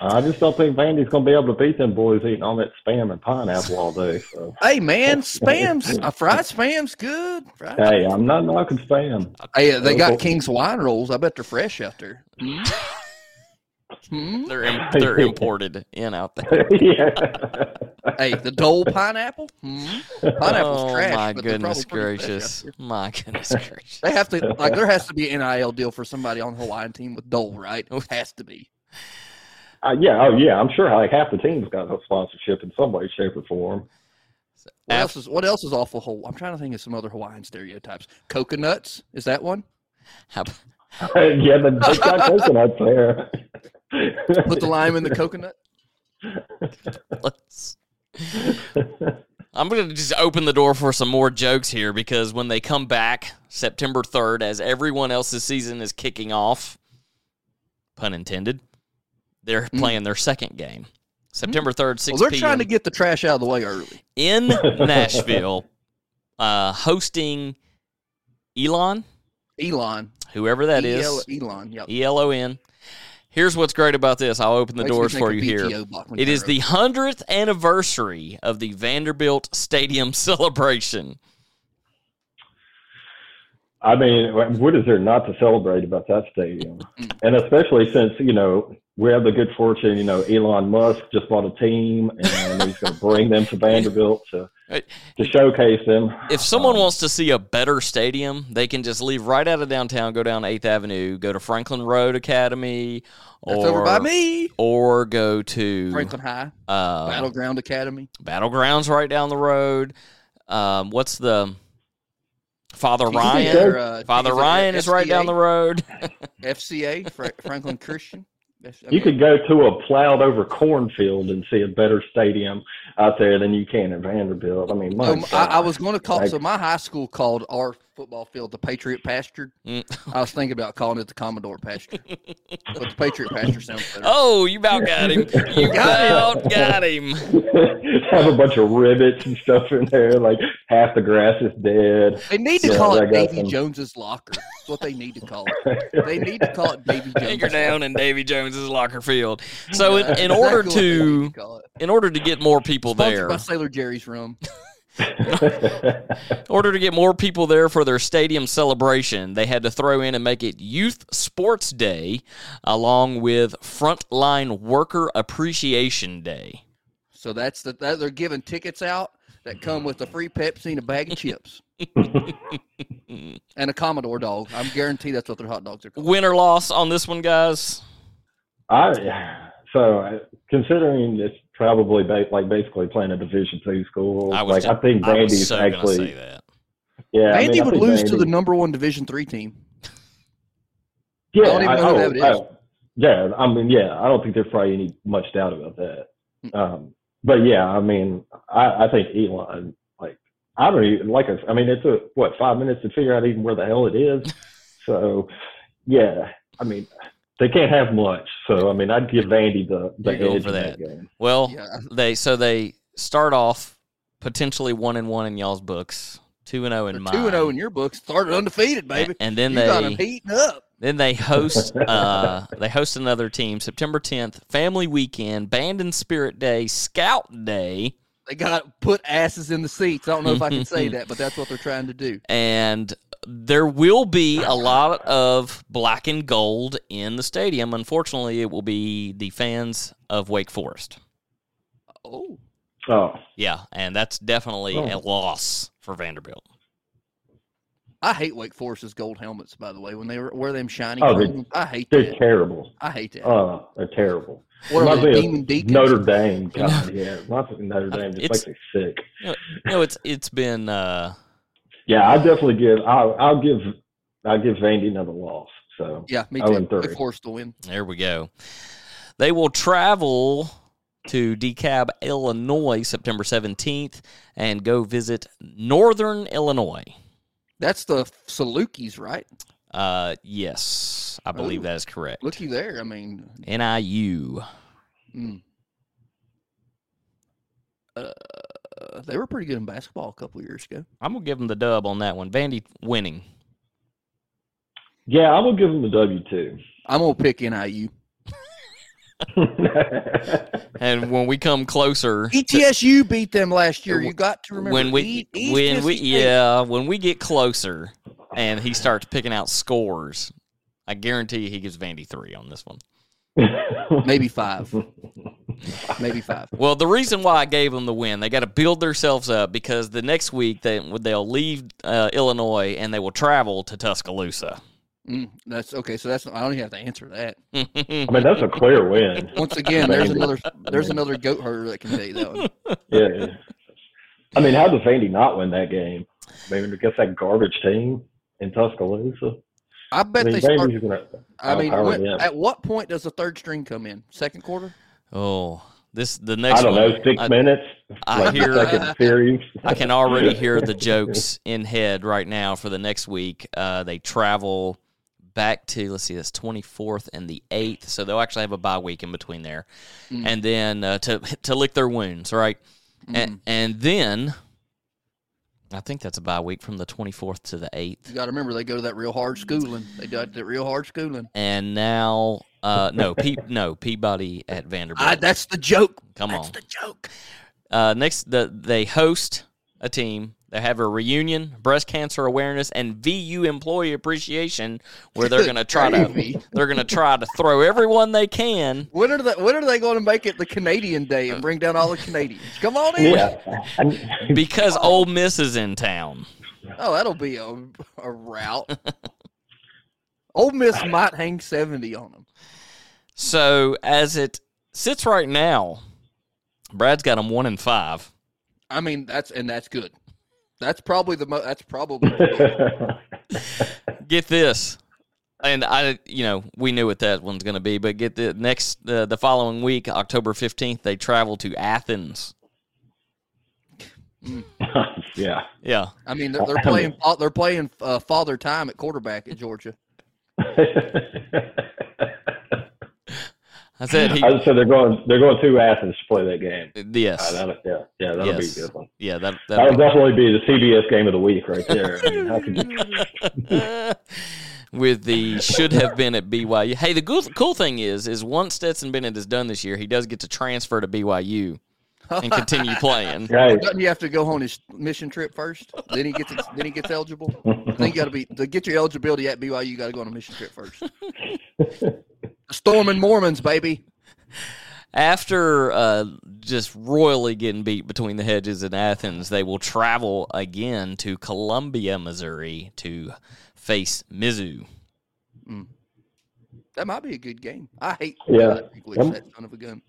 [SPEAKER 3] I just don't think Vandy's gonna be able to beat them boys eating all that spam and pineapple all day. So.
[SPEAKER 2] Hey man, spams, uh, fried spams, good. Fried
[SPEAKER 3] Hey, I'm not knocking spam.
[SPEAKER 2] Hey, uh, they got King's wine rolls. I bet they're fresh out there. Hmm?
[SPEAKER 1] They're im- they're imported in out there.
[SPEAKER 3] yeah.
[SPEAKER 2] Hey, the Dole pineapple. Hmm? Pineapple's
[SPEAKER 1] oh
[SPEAKER 2] trash.
[SPEAKER 1] my
[SPEAKER 2] but they're
[SPEAKER 1] goodness
[SPEAKER 2] probably pretty fresh
[SPEAKER 1] gracious!
[SPEAKER 2] out there.
[SPEAKER 1] My goodness gracious!
[SPEAKER 2] They have to like there has to be an NIL deal for somebody on the Hawaiian team with Dole, right? It has to be.
[SPEAKER 3] Uh, yeah. Oh, yeah. I'm sure like half the team's got a sponsorship in some way, shape, or form.
[SPEAKER 2] What
[SPEAKER 1] Af-
[SPEAKER 2] else is what else is awful? Haw- I'm trying to think of some other Hawaiian stereotypes. Coconuts is that one?
[SPEAKER 1] How-
[SPEAKER 3] yeah, they they got coconuts there.
[SPEAKER 2] Put the lime in the coconut.
[SPEAKER 1] let's- I'm going to just open the door for some more jokes here because when they come back September 3rd, as everyone else's season is kicking off, pun intended, they're
[SPEAKER 2] Mm.
[SPEAKER 1] playing their second game. September 3rd, 6
[SPEAKER 2] Well, they're
[SPEAKER 1] p.m.
[SPEAKER 2] trying to get the trash out of the way early.
[SPEAKER 1] in Nashville, uh, hosting Elon,
[SPEAKER 2] Elon.
[SPEAKER 1] whoever that is,
[SPEAKER 2] EL Elon. Yep.
[SPEAKER 1] E L O N. Here's what's great about this. I'll open the
[SPEAKER 2] Makes me
[SPEAKER 1] doors
[SPEAKER 2] think
[SPEAKER 1] for
[SPEAKER 2] of
[SPEAKER 1] you here.
[SPEAKER 2] BTO block when
[SPEAKER 1] It
[SPEAKER 2] they're
[SPEAKER 1] is the
[SPEAKER 2] open.
[SPEAKER 1] 100th anniversary of the Vanderbilt Stadium celebration.
[SPEAKER 3] I mean, what is there not to celebrate about that stadium? And especially since, you know, we have the good fortune, you know, Elon Musk just bought a team and he's going to bring them to Vanderbilt to,
[SPEAKER 1] Right.
[SPEAKER 3] to showcase them.
[SPEAKER 1] If someone
[SPEAKER 3] Um,
[SPEAKER 1] wants to see a better stadium, they can just leave right out of downtown, go down 8th Avenue, go to Franklin Road Academy, or,
[SPEAKER 2] That's over by me.
[SPEAKER 1] or go to
[SPEAKER 2] Franklin High
[SPEAKER 1] uh,
[SPEAKER 2] Battleground Academy.
[SPEAKER 1] Battlegrounds right down the road. Um, what's the Father
[SPEAKER 2] He's
[SPEAKER 1] Ryan?
[SPEAKER 2] there, uh,
[SPEAKER 1] Father
[SPEAKER 2] he's at
[SPEAKER 1] Ryan is right down the
[SPEAKER 2] FCA,
[SPEAKER 1] road.
[SPEAKER 2] FCA Fra- Franklin Christian. That's- I mean,
[SPEAKER 3] You could go to a plowed over cornfield and see a better stadium out there than you can in Vanderbilt. I mean, my
[SPEAKER 2] Um, I, I
[SPEAKER 3] God.
[SPEAKER 2] was going to call.
[SPEAKER 3] Like-
[SPEAKER 2] so my high school called our football field the Patriot Pasture.
[SPEAKER 1] Mm.
[SPEAKER 2] I was thinking about calling it the Commodore Pasture, but the Patriot Pasture sounds better.
[SPEAKER 1] Oh, you about got him. You
[SPEAKER 2] Got
[SPEAKER 1] about got him.
[SPEAKER 3] have a bunch of rivets and stuff in there. Like half the grass is dead.
[SPEAKER 2] They need to
[SPEAKER 3] Yeah,
[SPEAKER 2] call
[SPEAKER 3] I
[SPEAKER 2] it
[SPEAKER 3] got
[SPEAKER 2] Davy
[SPEAKER 3] them.
[SPEAKER 2] Jones's locker. That's what they need to call it. They need to call it Davy
[SPEAKER 1] Anchor
[SPEAKER 2] Jones's.
[SPEAKER 1] down in Davy Jones's locker field. So in,
[SPEAKER 2] That's
[SPEAKER 1] in order
[SPEAKER 2] exactly what they need
[SPEAKER 1] to
[SPEAKER 2] call it.
[SPEAKER 1] in order to get more people
[SPEAKER 2] Sponsored
[SPEAKER 1] there,
[SPEAKER 2] by Sailor Jerry's room.
[SPEAKER 1] in order to get more people there for their stadium celebration, they had to throw in and make it Youth Sports Day along with Frontline Worker Appreciation Day.
[SPEAKER 2] So that's the that they're giving tickets out that come with a free Pepsi and a bag of chips. and a Commodore dog. I'm guaranteed that's what their hot dogs are called.
[SPEAKER 1] Win or loss on this one, guys?
[SPEAKER 3] I so uh, considering it's probably ba- like basically playing a Division two school.
[SPEAKER 1] I was
[SPEAKER 3] like
[SPEAKER 1] ju-
[SPEAKER 3] I think
[SPEAKER 1] I was
[SPEAKER 3] Vandy's
[SPEAKER 1] so gonna
[SPEAKER 3] actually.
[SPEAKER 1] say that.
[SPEAKER 3] Yeah, I
[SPEAKER 2] Vandy
[SPEAKER 3] mean, I
[SPEAKER 2] would
[SPEAKER 3] think
[SPEAKER 2] lose to the
[SPEAKER 3] Vandy-
[SPEAKER 2] number one Division three team.
[SPEAKER 3] Yeah,
[SPEAKER 2] I don't even know who that is.
[SPEAKER 3] I- yeah, I mean, yeah, I don't think there's probably any much doubt about that.
[SPEAKER 2] Hmm.
[SPEAKER 3] Um, but yeah, I mean, I, I think Elon, like, I don't even like. I mean, it took what five minutes to figure out even where the hell it is. so, yeah, I mean, they can't have much. So, I mean, I'd give Vandy the the
[SPEAKER 1] You're going
[SPEAKER 3] edge
[SPEAKER 1] for
[SPEAKER 3] in
[SPEAKER 1] that.
[SPEAKER 3] that game.
[SPEAKER 1] Well,
[SPEAKER 2] Yeah.
[SPEAKER 1] they so they start off potentially one and one in y'all's books, two and zero
[SPEAKER 2] They're
[SPEAKER 1] in mine,
[SPEAKER 2] two and zero in your book. Started undefeated,
[SPEAKER 1] A-
[SPEAKER 2] baby.
[SPEAKER 1] and then
[SPEAKER 2] you got them
[SPEAKER 1] they
[SPEAKER 2] heating up.
[SPEAKER 1] then they host uh, they host another team September tenth, Family Weekend, Band and Spirit Day, Scout Day,
[SPEAKER 2] They got put asses in the seats. I don't know if I can say that, but that's what they're trying to do.
[SPEAKER 1] and there will be a lot of black and gold in the stadium. Unfortunately, it will be the fans of Wake Forest.
[SPEAKER 2] Oh,
[SPEAKER 3] Oh,
[SPEAKER 1] Yeah, and that's definitely a
[SPEAKER 3] Oh.
[SPEAKER 1] loss for Vanderbilt.
[SPEAKER 2] I hate Wake Forest's gold helmets. By the way, when they were- wear them shiny,
[SPEAKER 3] Oh,
[SPEAKER 2] gold
[SPEAKER 3] they-
[SPEAKER 2] ones. I hate
[SPEAKER 3] they're
[SPEAKER 2] that.
[SPEAKER 3] terrible.
[SPEAKER 2] I hate that.
[SPEAKER 3] Oh, they're terrible.
[SPEAKER 2] what are
[SPEAKER 3] Might
[SPEAKER 2] they,
[SPEAKER 3] be a
[SPEAKER 2] Demon Deacons?
[SPEAKER 3] Notre Dame, God, yeah, lots of Notre Dame just
[SPEAKER 1] Uh, It's-
[SPEAKER 3] makes me sick.
[SPEAKER 1] You know, it's it's been. Uh,
[SPEAKER 3] Yeah, I definitely give. I'll, I'll give. I'll give Vandy another loss. So
[SPEAKER 2] Yeah, me
[SPEAKER 3] Oh,
[SPEAKER 2] too.
[SPEAKER 3] and
[SPEAKER 2] Wake
[SPEAKER 3] three.
[SPEAKER 2] Forest will win.
[SPEAKER 1] There we go. They will travel to DeKalb, Illinois, September 17th, and go visit Northern Illinois.
[SPEAKER 2] That's the Salukis, right?
[SPEAKER 1] Uh, yes, I believe
[SPEAKER 2] Ooh.
[SPEAKER 1] that is correct.
[SPEAKER 2] Look you there. I mean,
[SPEAKER 1] NIU.
[SPEAKER 2] mm. uh, they were pretty good in basketball a couple years ago.
[SPEAKER 1] I'm gonna give them the dub on that one. Vandy winning.
[SPEAKER 3] yeah, I will give them a W two.
[SPEAKER 2] I'm gonna pick NIU.
[SPEAKER 1] And when we come closer,
[SPEAKER 2] ETSU beat them last year. You got to remember
[SPEAKER 1] when we
[SPEAKER 2] E- East
[SPEAKER 1] when we
[SPEAKER 2] Tennessee State.
[SPEAKER 1] yeah when we get closer, and he starts picking out scores, I guarantee you he gives Vandy three on this one.
[SPEAKER 2] maybe five, maybe five.
[SPEAKER 1] Well, the reason why I gave them the win, they got to build themselves up because the next week they they'll leave uh, Illinois and they will travel to Tuscaloosa.
[SPEAKER 2] Mm, that's okay. So that's I don't even have to answer that.
[SPEAKER 3] I mean, that's a clear win.
[SPEAKER 2] Once again, there's
[SPEAKER 3] Maybe.
[SPEAKER 2] another there's another goat herder that can tell you that one.
[SPEAKER 3] Yeah. I mean, how does Vandy not win that game? I mean, against that garbage team in Tuscaloosa.
[SPEAKER 2] I
[SPEAKER 3] I
[SPEAKER 2] bet
[SPEAKER 3] mean,
[SPEAKER 2] they start.
[SPEAKER 3] Vandy's gonna.
[SPEAKER 2] I mean,
[SPEAKER 3] outpower
[SPEAKER 2] when-
[SPEAKER 3] them.
[SPEAKER 2] at what point does the third string come in? Second quarter?
[SPEAKER 1] oh, this the next.
[SPEAKER 3] I don't
[SPEAKER 1] one,
[SPEAKER 3] know, six
[SPEAKER 1] I,
[SPEAKER 3] minutes.
[SPEAKER 1] I
[SPEAKER 3] like
[SPEAKER 1] hear-
[SPEAKER 3] the second series.
[SPEAKER 1] I can already hear the jokes in head right now for the next week. Uh, they travel back to let's see, that's 24th and the 8th, so they'll actually have a bye week in between there, and then uh, to to lick their wounds, right? And and then I think that's a bye week from the 24th to the 8th.
[SPEAKER 2] You got to remember they go to that real hard schooling. They got that real hard schooling.
[SPEAKER 1] and now uh, no Pe- no Peabody at Vanderbilt.
[SPEAKER 2] I, that's the joke.
[SPEAKER 1] Come
[SPEAKER 2] that's
[SPEAKER 1] on.
[SPEAKER 2] the joke.
[SPEAKER 1] uh, next, the, they host a team. They have a reunion, breast cancer awareness, and VU employee appreciation, where they're going to try to
[SPEAKER 2] Gravy.
[SPEAKER 1] they're going to try to throw everyone they can.
[SPEAKER 2] When are they? When are they going to make it the Canadian Day
[SPEAKER 1] Uh,
[SPEAKER 2] and bring down all the Canadians? Come on in.
[SPEAKER 3] Yeah. I-
[SPEAKER 1] Because Ole Miss is in town.
[SPEAKER 2] Oh, that'll be a, a route. Ole Miss might hang seventy on them.
[SPEAKER 1] So as it sits right now, Brad's got them one and five.
[SPEAKER 2] I mean, that's and that's good. That's probably the mo- that's probably
[SPEAKER 1] Get this, and I, you know, we knew what that one's going to be. But get the next uh, the following week, October fifteenth, they travel to Athens.
[SPEAKER 3] yeah.
[SPEAKER 1] Yeah,
[SPEAKER 2] I mean they're, they're playing fa- they're playing uh, father time at quarterback at Georgia.
[SPEAKER 1] I said he.
[SPEAKER 3] I said Oh, they're going. They're going to Athens to play that game. Uh,
[SPEAKER 1] Yes.
[SPEAKER 3] that'll, yeah, yeah, that'll
[SPEAKER 1] Yes.
[SPEAKER 3] be a good one.
[SPEAKER 1] Yeah, that
[SPEAKER 3] That'll
[SPEAKER 1] that
[SPEAKER 3] definitely be the CBS game of the week right there. I mean, how could you-
[SPEAKER 1] with the should have been at BYU. Hey, the cool, cool thing is, is once Stetson Bennett is done this year, he does get to transfer to BYU and continue playing.
[SPEAKER 3] Right.
[SPEAKER 2] Doesn't he have to go on his mission trip first? Then he gets ex- then he gets eligible. I think you got to be to get your eligibility at BYU. You got to go on a mission trip first. Storming Mormons, baby.
[SPEAKER 1] After uh, just royally getting beat between the hedges in Athens, they will travel again to Columbia, Missouri, to face Mizzou.
[SPEAKER 2] That might be a good game. I hate
[SPEAKER 3] Yeah.
[SPEAKER 2] Wiggins, that son of a gun.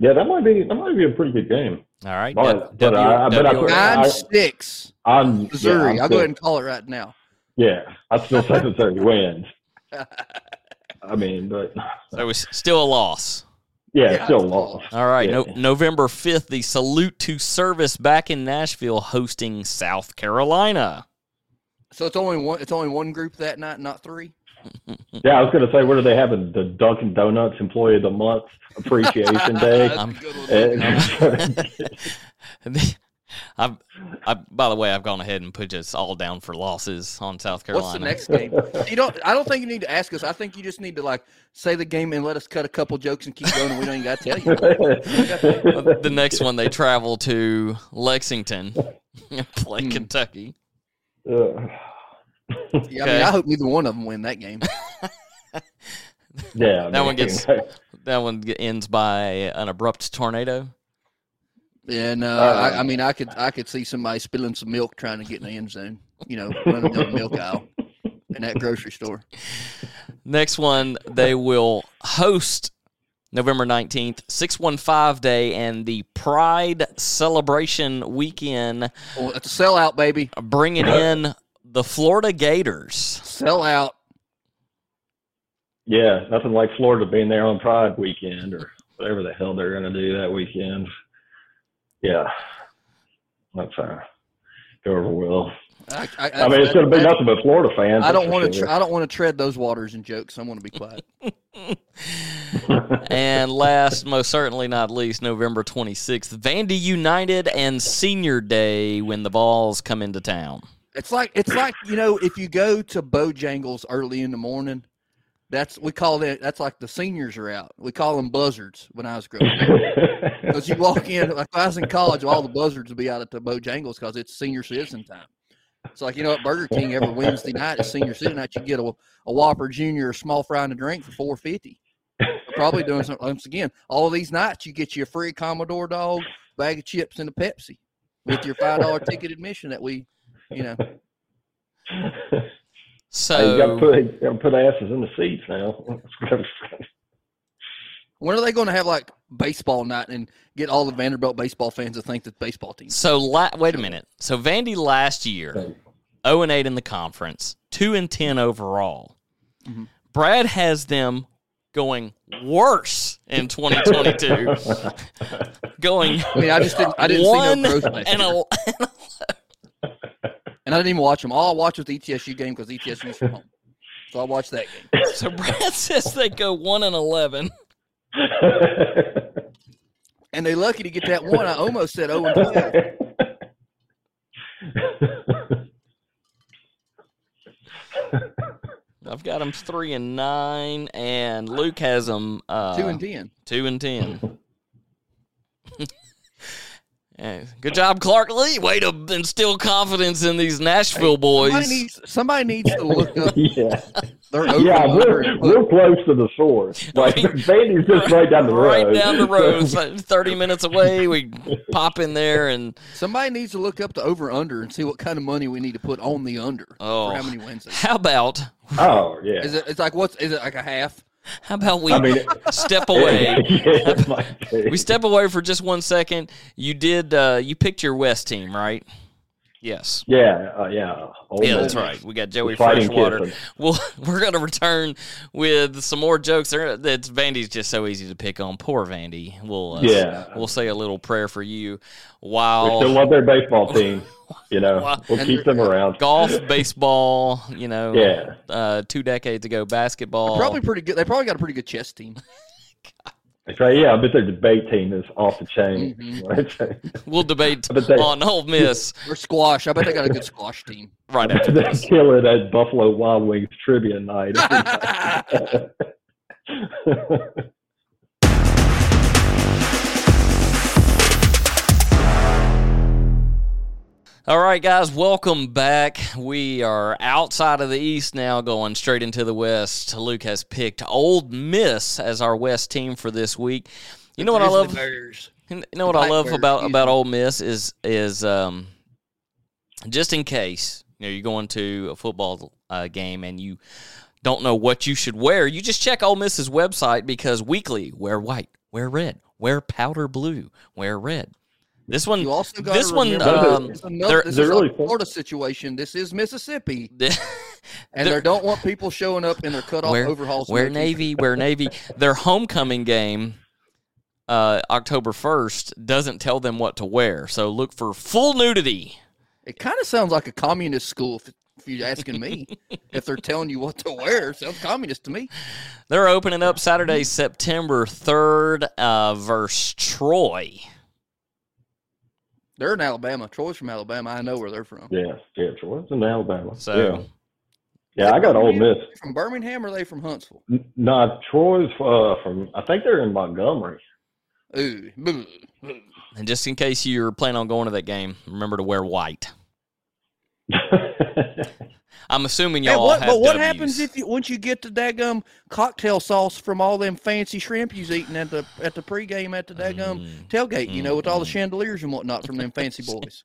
[SPEAKER 3] Yeah, that might be. That might be a pretty good game.
[SPEAKER 1] All right, W-
[SPEAKER 3] But- but I- but I-
[SPEAKER 1] W-
[SPEAKER 2] Nine
[SPEAKER 3] I-
[SPEAKER 2] six
[SPEAKER 3] I'm
[SPEAKER 2] Missouri.
[SPEAKER 3] Yeah, I'm
[SPEAKER 2] I'll go
[SPEAKER 3] still-
[SPEAKER 2] ahead and call it right now.
[SPEAKER 3] Yeah, I still say Missouri wins. I mean, but
[SPEAKER 1] so it's still a loss.
[SPEAKER 3] yeah,
[SPEAKER 2] Yeah,
[SPEAKER 3] still
[SPEAKER 2] it's
[SPEAKER 3] lost.
[SPEAKER 1] All right,
[SPEAKER 3] Yeah.
[SPEAKER 1] no, November 5th, the Salute to Service back in Nashville hosting South Carolina.
[SPEAKER 2] So it's only one. It's only one group that night, not three.
[SPEAKER 3] Yeah, I was gonna say, what are they having? The Dunkin' Donuts Employee of the Month Appreciation Day.
[SPEAKER 1] I'm-
[SPEAKER 3] And-
[SPEAKER 1] I've, I, by the way, I've gone ahead and put us all down for losses on South Carolina.
[SPEAKER 2] What's the next game? You don't. I don't think you need to ask us. I think you just need to like say the game and let us cut a couple jokes and keep going. We don't even got to tell you.
[SPEAKER 1] Uh, The next one, they travel to Lexington and
[SPEAKER 2] Hmm.
[SPEAKER 1] play Kentucky.
[SPEAKER 3] Ugh.
[SPEAKER 2] Yeah, I
[SPEAKER 1] Okay.
[SPEAKER 2] mean, I hope neither one of them win that game.
[SPEAKER 3] yeah, I
[SPEAKER 1] That one
[SPEAKER 3] mean,
[SPEAKER 1] gets- That one g- ends by an abrupt tornado.
[SPEAKER 2] And uh,
[SPEAKER 3] Uh,
[SPEAKER 2] I, I mean, I could I could see somebody spilling some milk trying to get in the end zone. You know, running down the milk aisle in that grocery store.
[SPEAKER 1] Next one, they will host November 19th, 615 Day, and the Pride Celebration Weekend,
[SPEAKER 2] Oh, it's a sellout, baby.
[SPEAKER 1] bringing in the Florida Gators.
[SPEAKER 2] Sell out.
[SPEAKER 3] Yeah, nothing like Florida being there on Pride weekend or whatever the hell they're going to do that weekend. Yeah, that's uh, go over well.
[SPEAKER 2] I, I,
[SPEAKER 3] I mean, it's going to be
[SPEAKER 2] I-
[SPEAKER 3] nothing but Florida fans.
[SPEAKER 2] I
[SPEAKER 3] that's
[SPEAKER 2] don't
[SPEAKER 3] for
[SPEAKER 2] want to.
[SPEAKER 3] sure.
[SPEAKER 2] I don't want to tread those waters and jokes. I want to be quiet.
[SPEAKER 1] And last, most certainly not least, November 26th, Vandy United and Senior Day when the balls come into town.
[SPEAKER 2] It's like it's like you know if you go to Bojangles early in the morning, that's we call it. That's like the seniors are out. We call them buzzards when I was growing up. Because you walk in, like when I was in college, all the buzzards would be out at the Bojangles because it's senior citizen time. It's like you know at Burger King every Wednesday night is senior citizen night. You get a, a Whopper Junior, a small fry and a drink for four fifty. Probably doing something once again. All these nights you get your free Commodore dog, bag of chips, and a Pepsi with your five dollar ticket admission that we, you know.
[SPEAKER 3] Hey, you got to
[SPEAKER 1] So,
[SPEAKER 3] put, you gotta put asses in the seats now.
[SPEAKER 2] When are they going to have like baseball night and get all the Vanderbilt baseball fans to think that baseball team?
[SPEAKER 1] so la- wait a minute. So Vandy last year, 0 and 8 in the conference, 2 and 10 overall.
[SPEAKER 2] Mm-hmm.
[SPEAKER 1] Brad has them going worse in 2022, going
[SPEAKER 2] I mean, I just didn't. I didn't see
[SPEAKER 1] one
[SPEAKER 2] no growth. last
[SPEAKER 1] and
[SPEAKER 2] year.
[SPEAKER 1] a.
[SPEAKER 2] E and I didn't even watch them. All I watched was the ETSU game because ETSU's from home. So I watched that game.
[SPEAKER 1] So Brad says they go one and eleven.
[SPEAKER 2] And they lucky to get that one. I almost said 0 and 12.
[SPEAKER 1] I've got them three and nine, and Luke has them uh,
[SPEAKER 2] 2 and 10.
[SPEAKER 1] two and ten. Yeah, Good job, Clark Lee. Way to instill confidence in these Nashville
[SPEAKER 2] Somebody
[SPEAKER 1] Uh, boys.
[SPEAKER 2] needs, somebody needs to look up
[SPEAKER 3] yeah,
[SPEAKER 2] their
[SPEAKER 3] yeah,
[SPEAKER 2] over-under
[SPEAKER 3] we're,
[SPEAKER 2] and
[SPEAKER 3] we're
[SPEAKER 2] look-
[SPEAKER 3] close to the source. Like Vandy's just right down the road.
[SPEAKER 1] Right down the road, so
[SPEAKER 3] So,
[SPEAKER 1] thirty minutes away. We pop in there, and
[SPEAKER 2] Somebody needs to look up the over-under and see what kind of money we need to put on the under
[SPEAKER 1] Oh.
[SPEAKER 2] for how many wins. they-
[SPEAKER 1] how about
[SPEAKER 3] oh yeah,
[SPEAKER 2] Is it, it's like, what's, is it like a half?
[SPEAKER 1] how about we
[SPEAKER 3] I mean, it-
[SPEAKER 1] step away?
[SPEAKER 3] yeah, it might be.
[SPEAKER 1] we step away for just one second. You did. Uh, you picked your West team, right? Yes.
[SPEAKER 3] yeah, uh, yeah, Ole
[SPEAKER 1] yeah, that's
[SPEAKER 3] Miss.
[SPEAKER 1] right. We got Joey
[SPEAKER 3] Fighting
[SPEAKER 1] Freshwater.
[SPEAKER 3] Kiffin.
[SPEAKER 1] Well, we're going to return with some more jokes. There, that's Vandy's just so easy to pick on. Poor Vandy. We'll uh,
[SPEAKER 3] Yeah.
[SPEAKER 1] We'll say a little prayer for you.
[SPEAKER 3] We
[SPEAKER 1] While
[SPEAKER 3] still love their baseball team. You know,
[SPEAKER 1] Wow.
[SPEAKER 3] we'll
[SPEAKER 2] And-
[SPEAKER 3] keep them around.
[SPEAKER 1] golf, baseball, you know,
[SPEAKER 3] Yeah.
[SPEAKER 1] uh, two decades ago, basketball.
[SPEAKER 2] Probably pretty good. They probably got a pretty good chess team.
[SPEAKER 3] That's right. Yeah, but their debate team is off the chain.
[SPEAKER 1] Mm-hmm. We'll debate
[SPEAKER 3] But they-
[SPEAKER 1] on Ole Miss
[SPEAKER 2] Or squash. I bet they got a good squash team.
[SPEAKER 1] right after
[SPEAKER 3] They're
[SPEAKER 1] this.
[SPEAKER 3] killing at Buffalo Wild Wings trivia night.
[SPEAKER 1] All right, guys, welcome back. We are outside of the East now, going straight into the West. Luke has picked Old Miss as our West team for this week. You know what I
[SPEAKER 2] Grizzly
[SPEAKER 1] love?
[SPEAKER 2] Bears.
[SPEAKER 1] You know what I
[SPEAKER 2] Black
[SPEAKER 1] love
[SPEAKER 2] Bears,
[SPEAKER 1] about
[SPEAKER 2] excuse
[SPEAKER 1] about
[SPEAKER 2] me.
[SPEAKER 1] Ole Miss is is um, just in case you know you're going to a football uh, game and you don't know what you should wear, you just check Ole Miss's website because weekly wear white, wear red, wear powder blue, wear red. This one,
[SPEAKER 2] You also got
[SPEAKER 1] this one,
[SPEAKER 3] remember-
[SPEAKER 1] um,
[SPEAKER 2] There's another,
[SPEAKER 1] there-
[SPEAKER 2] this
[SPEAKER 3] they're
[SPEAKER 2] is
[SPEAKER 3] really
[SPEAKER 2] a
[SPEAKER 3] fun.
[SPEAKER 2] Florida situation. This is Mississippi, and
[SPEAKER 1] They're-
[SPEAKER 2] they don't want people showing up in their cutoff
[SPEAKER 1] Where-
[SPEAKER 2] overhauls. and
[SPEAKER 1] wear
[SPEAKER 2] their
[SPEAKER 1] navy, wear navy. Their homecoming game, uh, October first, doesn't tell them what to wear, so look for full nudity.
[SPEAKER 2] t-shirt. It kind of sounds like a communist school, if, if you're asking me. if they're telling you what to wear, it sounds communist to me.
[SPEAKER 1] They're opening up Saturday, September 3rd uh, versus Troy.
[SPEAKER 2] They're in Alabama. Troy's from Alabama. I know where they're from.
[SPEAKER 3] yeah, yeah, Troy's in Alabama.
[SPEAKER 1] So,
[SPEAKER 3] yeah, yeah, I got Ole Miss.
[SPEAKER 2] They From Birmingham, or are they from Huntsville?
[SPEAKER 3] N- No, Troy's uh, from. I think they're in Montgomery.
[SPEAKER 2] Ooh, boo.
[SPEAKER 1] and just in case you're planning on going to that game, remember to wear white. I'm assuming
[SPEAKER 2] Hey,
[SPEAKER 1] y'all
[SPEAKER 2] what,
[SPEAKER 1] have
[SPEAKER 2] but what
[SPEAKER 1] Ws.
[SPEAKER 2] happens if you once you get the daggum cocktail sauce from all them fancy shrimp you's eating at the at the pregame at the daggum
[SPEAKER 1] Mm.
[SPEAKER 2] tailgate? You know, with all the
[SPEAKER 1] Mm.
[SPEAKER 2] chandeliers and whatnot from them fancy boys.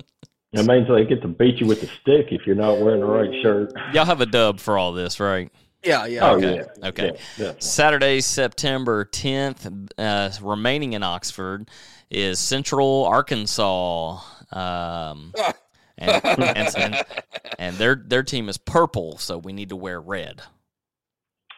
[SPEAKER 3] It means they get to beat you with the stick if you're not wearing the right shirt.
[SPEAKER 1] Y'all have a dub for all this, right?
[SPEAKER 2] Yeah, yeah.
[SPEAKER 3] Oh
[SPEAKER 1] Okay,
[SPEAKER 3] yeah.
[SPEAKER 1] okay.
[SPEAKER 3] Yeah, yeah.
[SPEAKER 1] Saturday, September 10th, uh, remaining in Oxford, is Central Arkansas. Um, and, and, and, and their, their team is purple, so we need to wear red.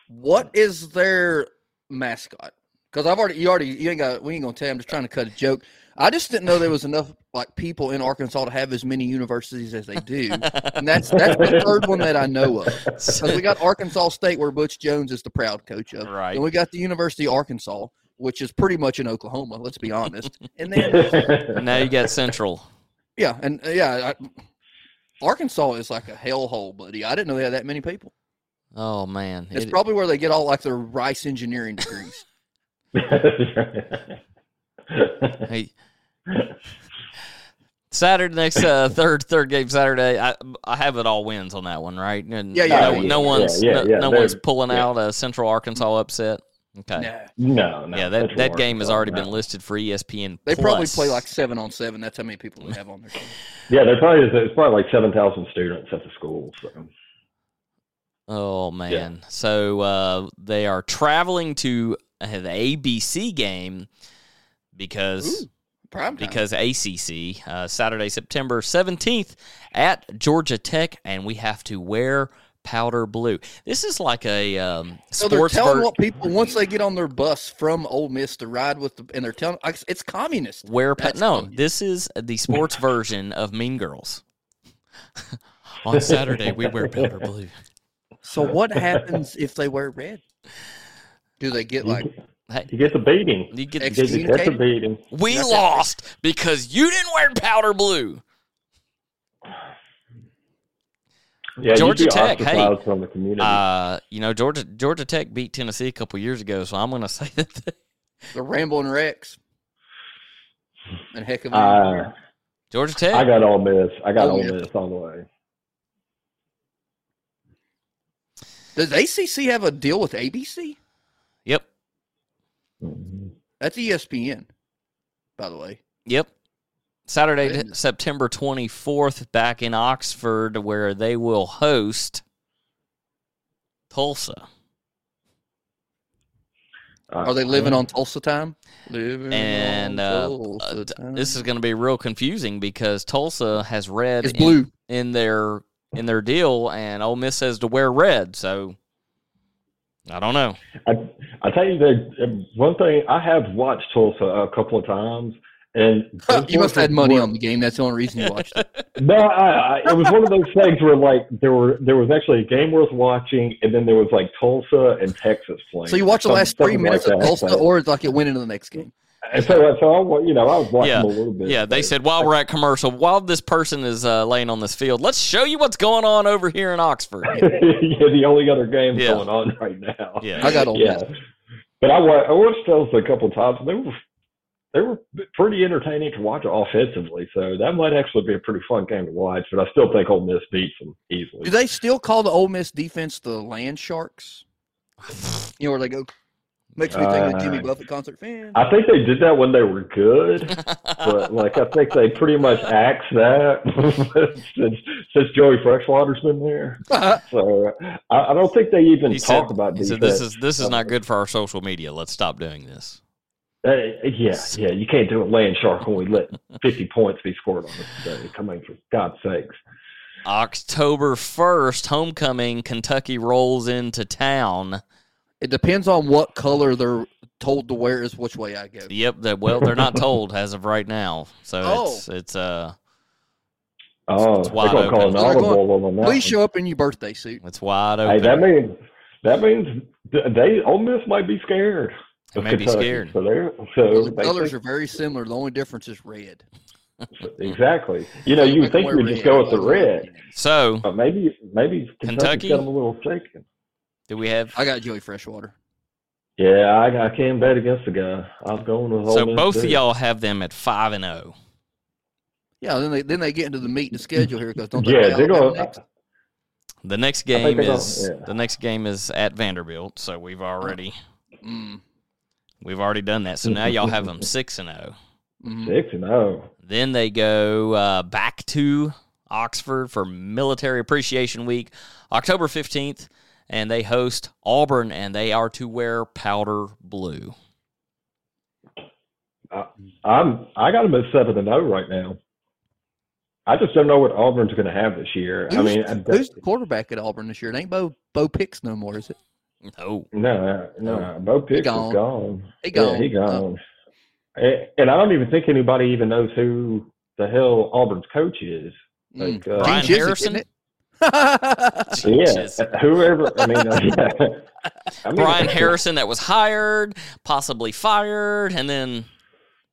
[SPEAKER 2] What is their mascot? Because I've already, you already, you ain't got, we ain't gonna tell. I'm just trying to cut a joke. I just didn't know there was enough like people in Arkansas to have as many universities as they do, and that's that's the third one that I know of. 'Cause we got Arkansas State, where Butch Jones is the proud coach of,
[SPEAKER 1] Right.
[SPEAKER 2] and we got the University of Arkansas, which is pretty much in Oklahoma. Let's be honest. And then,
[SPEAKER 3] Yeah.
[SPEAKER 1] And now you got Central.
[SPEAKER 2] yeah, and uh, yeah, I, Arkansas is like a hellhole, buddy. I didn't know they had that many people.
[SPEAKER 1] Oh man,
[SPEAKER 2] It's
[SPEAKER 1] It-
[SPEAKER 2] probably where they get all like their rice engineering degrees.
[SPEAKER 1] hey. Saturday next uh, third third game Saturday. I I have it all wins on that one, right? And
[SPEAKER 2] Yeah, yeah,
[SPEAKER 1] No,
[SPEAKER 2] yeah,
[SPEAKER 1] no
[SPEAKER 3] yeah,
[SPEAKER 1] one's
[SPEAKER 3] yeah,
[SPEAKER 1] no,
[SPEAKER 3] yeah,
[SPEAKER 1] no
[SPEAKER 3] they're-
[SPEAKER 1] one's pulling
[SPEAKER 3] yeah. Mm-hmm.
[SPEAKER 1] out a Central Arkansas upset. Okay.
[SPEAKER 2] Nah.
[SPEAKER 3] no, no.
[SPEAKER 1] yeah, that,
[SPEAKER 3] Central
[SPEAKER 1] that game has
[SPEAKER 3] Arkansas,
[SPEAKER 1] already
[SPEAKER 3] no.
[SPEAKER 1] been listed for E ESPN.
[SPEAKER 2] They probably
[SPEAKER 1] Plus.
[SPEAKER 2] play like seven on seven. That's how many people they have on their team.
[SPEAKER 3] Yeah, there probably is. It's probably like seven thousand students at the school. So.
[SPEAKER 1] Oh man! So uh, they are traveling to uh, the ABC game because
[SPEAKER 2] Ooh, Prime time.
[SPEAKER 1] because ACC uh, Saturday, September seventeenth at Georgia Tech, and we have to wear powder blue. This is like a um,
[SPEAKER 2] so they're
[SPEAKER 1] sports.
[SPEAKER 2] telling
[SPEAKER 1] ver-
[SPEAKER 2] what people once they get on their bus from Ole Miss to ride with the and they're telling like, it's communist.
[SPEAKER 1] wear pa-
[SPEAKER 2] That's
[SPEAKER 1] no,
[SPEAKER 2] funny.
[SPEAKER 1] this is the sports version of Mean Girls. On Saturday, we wear powder blue.
[SPEAKER 2] So what happens if they wear red? Do they get like
[SPEAKER 3] You get the beating.
[SPEAKER 1] You get
[SPEAKER 3] You get the beating.
[SPEAKER 1] we lost because you didn't wear powder blue.
[SPEAKER 3] Yeah,
[SPEAKER 1] Georgia
[SPEAKER 3] you'd be
[SPEAKER 1] Tech, hey.
[SPEAKER 3] ostracized from the community.
[SPEAKER 1] Uh, you know Georgia Georgia Tech beat Tennessee a couple years ago, so I'm going to say that
[SPEAKER 2] the rambling Rex? And heck of a
[SPEAKER 3] Uh,
[SPEAKER 1] Georgia Tech.
[SPEAKER 3] I got all this. I got
[SPEAKER 2] Oh,
[SPEAKER 3] all
[SPEAKER 2] yeah.
[SPEAKER 3] this on the way.
[SPEAKER 2] does ACC have a deal with ABC?
[SPEAKER 1] yep,
[SPEAKER 3] Mm-hmm.
[SPEAKER 2] That's E ESPN, by the way.
[SPEAKER 1] yep. Saturday,
[SPEAKER 2] Goodness.
[SPEAKER 1] September 24th, back in Oxford, where they will host Tulsa,
[SPEAKER 2] Are they living
[SPEAKER 3] Uh,
[SPEAKER 2] on Tulsa time? Living
[SPEAKER 1] and uh, uh, t- this is going to be real confusing because Tulsa has red
[SPEAKER 2] it's
[SPEAKER 1] in-
[SPEAKER 2] blue.
[SPEAKER 1] in their in their deal, and Ole Miss says to wear red. So I don't know.
[SPEAKER 3] I, I tell you that uh, one thing. I have watched Tulsa a couple of times, and
[SPEAKER 2] you must have had money on the game. That's the only reason you watched it.
[SPEAKER 3] No, I, I, it was one of those things where like there were there was actually a game worth watching, and then there was like Tulsa and Texas playing.
[SPEAKER 2] So you watched the
[SPEAKER 3] Some-
[SPEAKER 2] last three
[SPEAKER 3] something
[SPEAKER 2] minutes
[SPEAKER 3] like
[SPEAKER 2] of
[SPEAKER 3] that.
[SPEAKER 2] Tulsa,
[SPEAKER 3] So-
[SPEAKER 2] or it's like it went into the next game.
[SPEAKER 3] And so, so I, wa- you know, I was watching
[SPEAKER 1] Yeah.
[SPEAKER 3] a little bit.
[SPEAKER 1] Yeah, they
[SPEAKER 3] but-
[SPEAKER 1] said while we're at commercial, while this person is uh, laying on this field, let's show you what's going on over here in Oxford.
[SPEAKER 3] yeah, the only other game
[SPEAKER 1] Yeah.
[SPEAKER 3] going on right now.
[SPEAKER 1] Yeah,
[SPEAKER 2] I got old.
[SPEAKER 3] yeah. But I, wa- I watched those a couple times. They were they were pretty entertaining to watch offensively. So that might actually be a pretty fun game to watch. But I still think Ole Miss beats them
[SPEAKER 2] Do
[SPEAKER 3] easily.
[SPEAKER 2] they still call the Ole Miss defense the Land Sharks? You know where they go. Makes me think of the Jimmy
[SPEAKER 3] Uh,
[SPEAKER 2] Buffett concert. Fan.
[SPEAKER 3] I think they did that when they were good, but like I think they pretty much axed that since since Joey Freshwater's been there. So I, I don't think they even
[SPEAKER 1] he said,
[SPEAKER 3] talk about
[SPEAKER 1] he
[SPEAKER 3] defense.
[SPEAKER 1] said this is this is not good for our social media. Let's stop doing this.
[SPEAKER 3] Uh, yeah, yeah, you can't do a land shark when we let 50 points be scored on us today. Come on, for God's sakes.
[SPEAKER 1] October first, homecoming, Kentucky rolls into town.
[SPEAKER 2] It depends on what color they're told to wear is which way I go.
[SPEAKER 1] Yep, that well, they're not told as of right now. So
[SPEAKER 2] Oh.
[SPEAKER 1] it's it's uh
[SPEAKER 3] Oh,
[SPEAKER 1] It's
[SPEAKER 3] they're
[SPEAKER 1] wide
[SPEAKER 3] going to call
[SPEAKER 1] open.
[SPEAKER 3] an
[SPEAKER 2] They're
[SPEAKER 3] audible
[SPEAKER 2] going-
[SPEAKER 3] on that.
[SPEAKER 2] Please
[SPEAKER 3] one.
[SPEAKER 2] show up in your birthday suit.
[SPEAKER 1] it's wide open.
[SPEAKER 3] Hey, that means that means th- they Ole Miss might be scared.
[SPEAKER 1] They
[SPEAKER 3] of
[SPEAKER 1] may be
[SPEAKER 3] Kentucky.
[SPEAKER 1] scared.
[SPEAKER 3] So they're so
[SPEAKER 2] The
[SPEAKER 3] they
[SPEAKER 2] colors are
[SPEAKER 3] think-
[SPEAKER 2] very similar. The only difference is red.
[SPEAKER 3] exactly. You know, you would think you would just go with the red,
[SPEAKER 1] so
[SPEAKER 3] but maybe maybe
[SPEAKER 1] Kentucky?
[SPEAKER 3] Kentucky's got them a little shaken.
[SPEAKER 1] do we have
[SPEAKER 2] I got Joey Freshwater.
[SPEAKER 3] Yeah, I, I can't bet against the guy. I'm going with Ole
[SPEAKER 1] so
[SPEAKER 3] Miss,
[SPEAKER 1] both of
[SPEAKER 3] too.
[SPEAKER 1] y'all have them at five and oh. zero.
[SPEAKER 2] Yeah, then they then they get into the meat and schedule here because don't they play
[SPEAKER 3] Yeah, they're uh,
[SPEAKER 2] Alabama
[SPEAKER 3] going.
[SPEAKER 2] next?
[SPEAKER 1] The next
[SPEAKER 3] think
[SPEAKER 1] game
[SPEAKER 3] they're gonna-
[SPEAKER 1] is
[SPEAKER 3] yeah.
[SPEAKER 1] the next game is at Vanderbilt, so we've already
[SPEAKER 2] Mm,
[SPEAKER 1] we've already done that. So now y'all have them six and oh. zero.
[SPEAKER 2] mm.
[SPEAKER 3] Six and oh.
[SPEAKER 1] Then they go uh, back to Oxford for Military Appreciation Week, October fifteenth, and they host Auburn, and they are to wear powder blue.
[SPEAKER 3] I'm I got them at seven and zero right now. I just don't know what Auburn's going to have this year. I
[SPEAKER 2] Who's-
[SPEAKER 3] mean, I,
[SPEAKER 2] Who's the quarterback at Auburn this year? It ain't Bo Bo Picks no more, is it?
[SPEAKER 1] No,
[SPEAKER 3] no, uh, no, Bo Picks
[SPEAKER 2] Oh. gone.
[SPEAKER 3] is gone.
[SPEAKER 2] He
[SPEAKER 3] Yeah, he
[SPEAKER 2] gone. Uh,
[SPEAKER 3] gone. And- and I don't even think anybody even knows who the hell Auburn's coach is.
[SPEAKER 2] Mm.
[SPEAKER 3] Like, uh,
[SPEAKER 1] Brian
[SPEAKER 2] Gene Chizik,
[SPEAKER 1] Harrison?
[SPEAKER 2] isn't it?
[SPEAKER 1] Jesus.
[SPEAKER 3] Yeah, whoever. I mean, uh, I mean, uh,
[SPEAKER 1] Brian Harrison that was hired, possibly fired, and then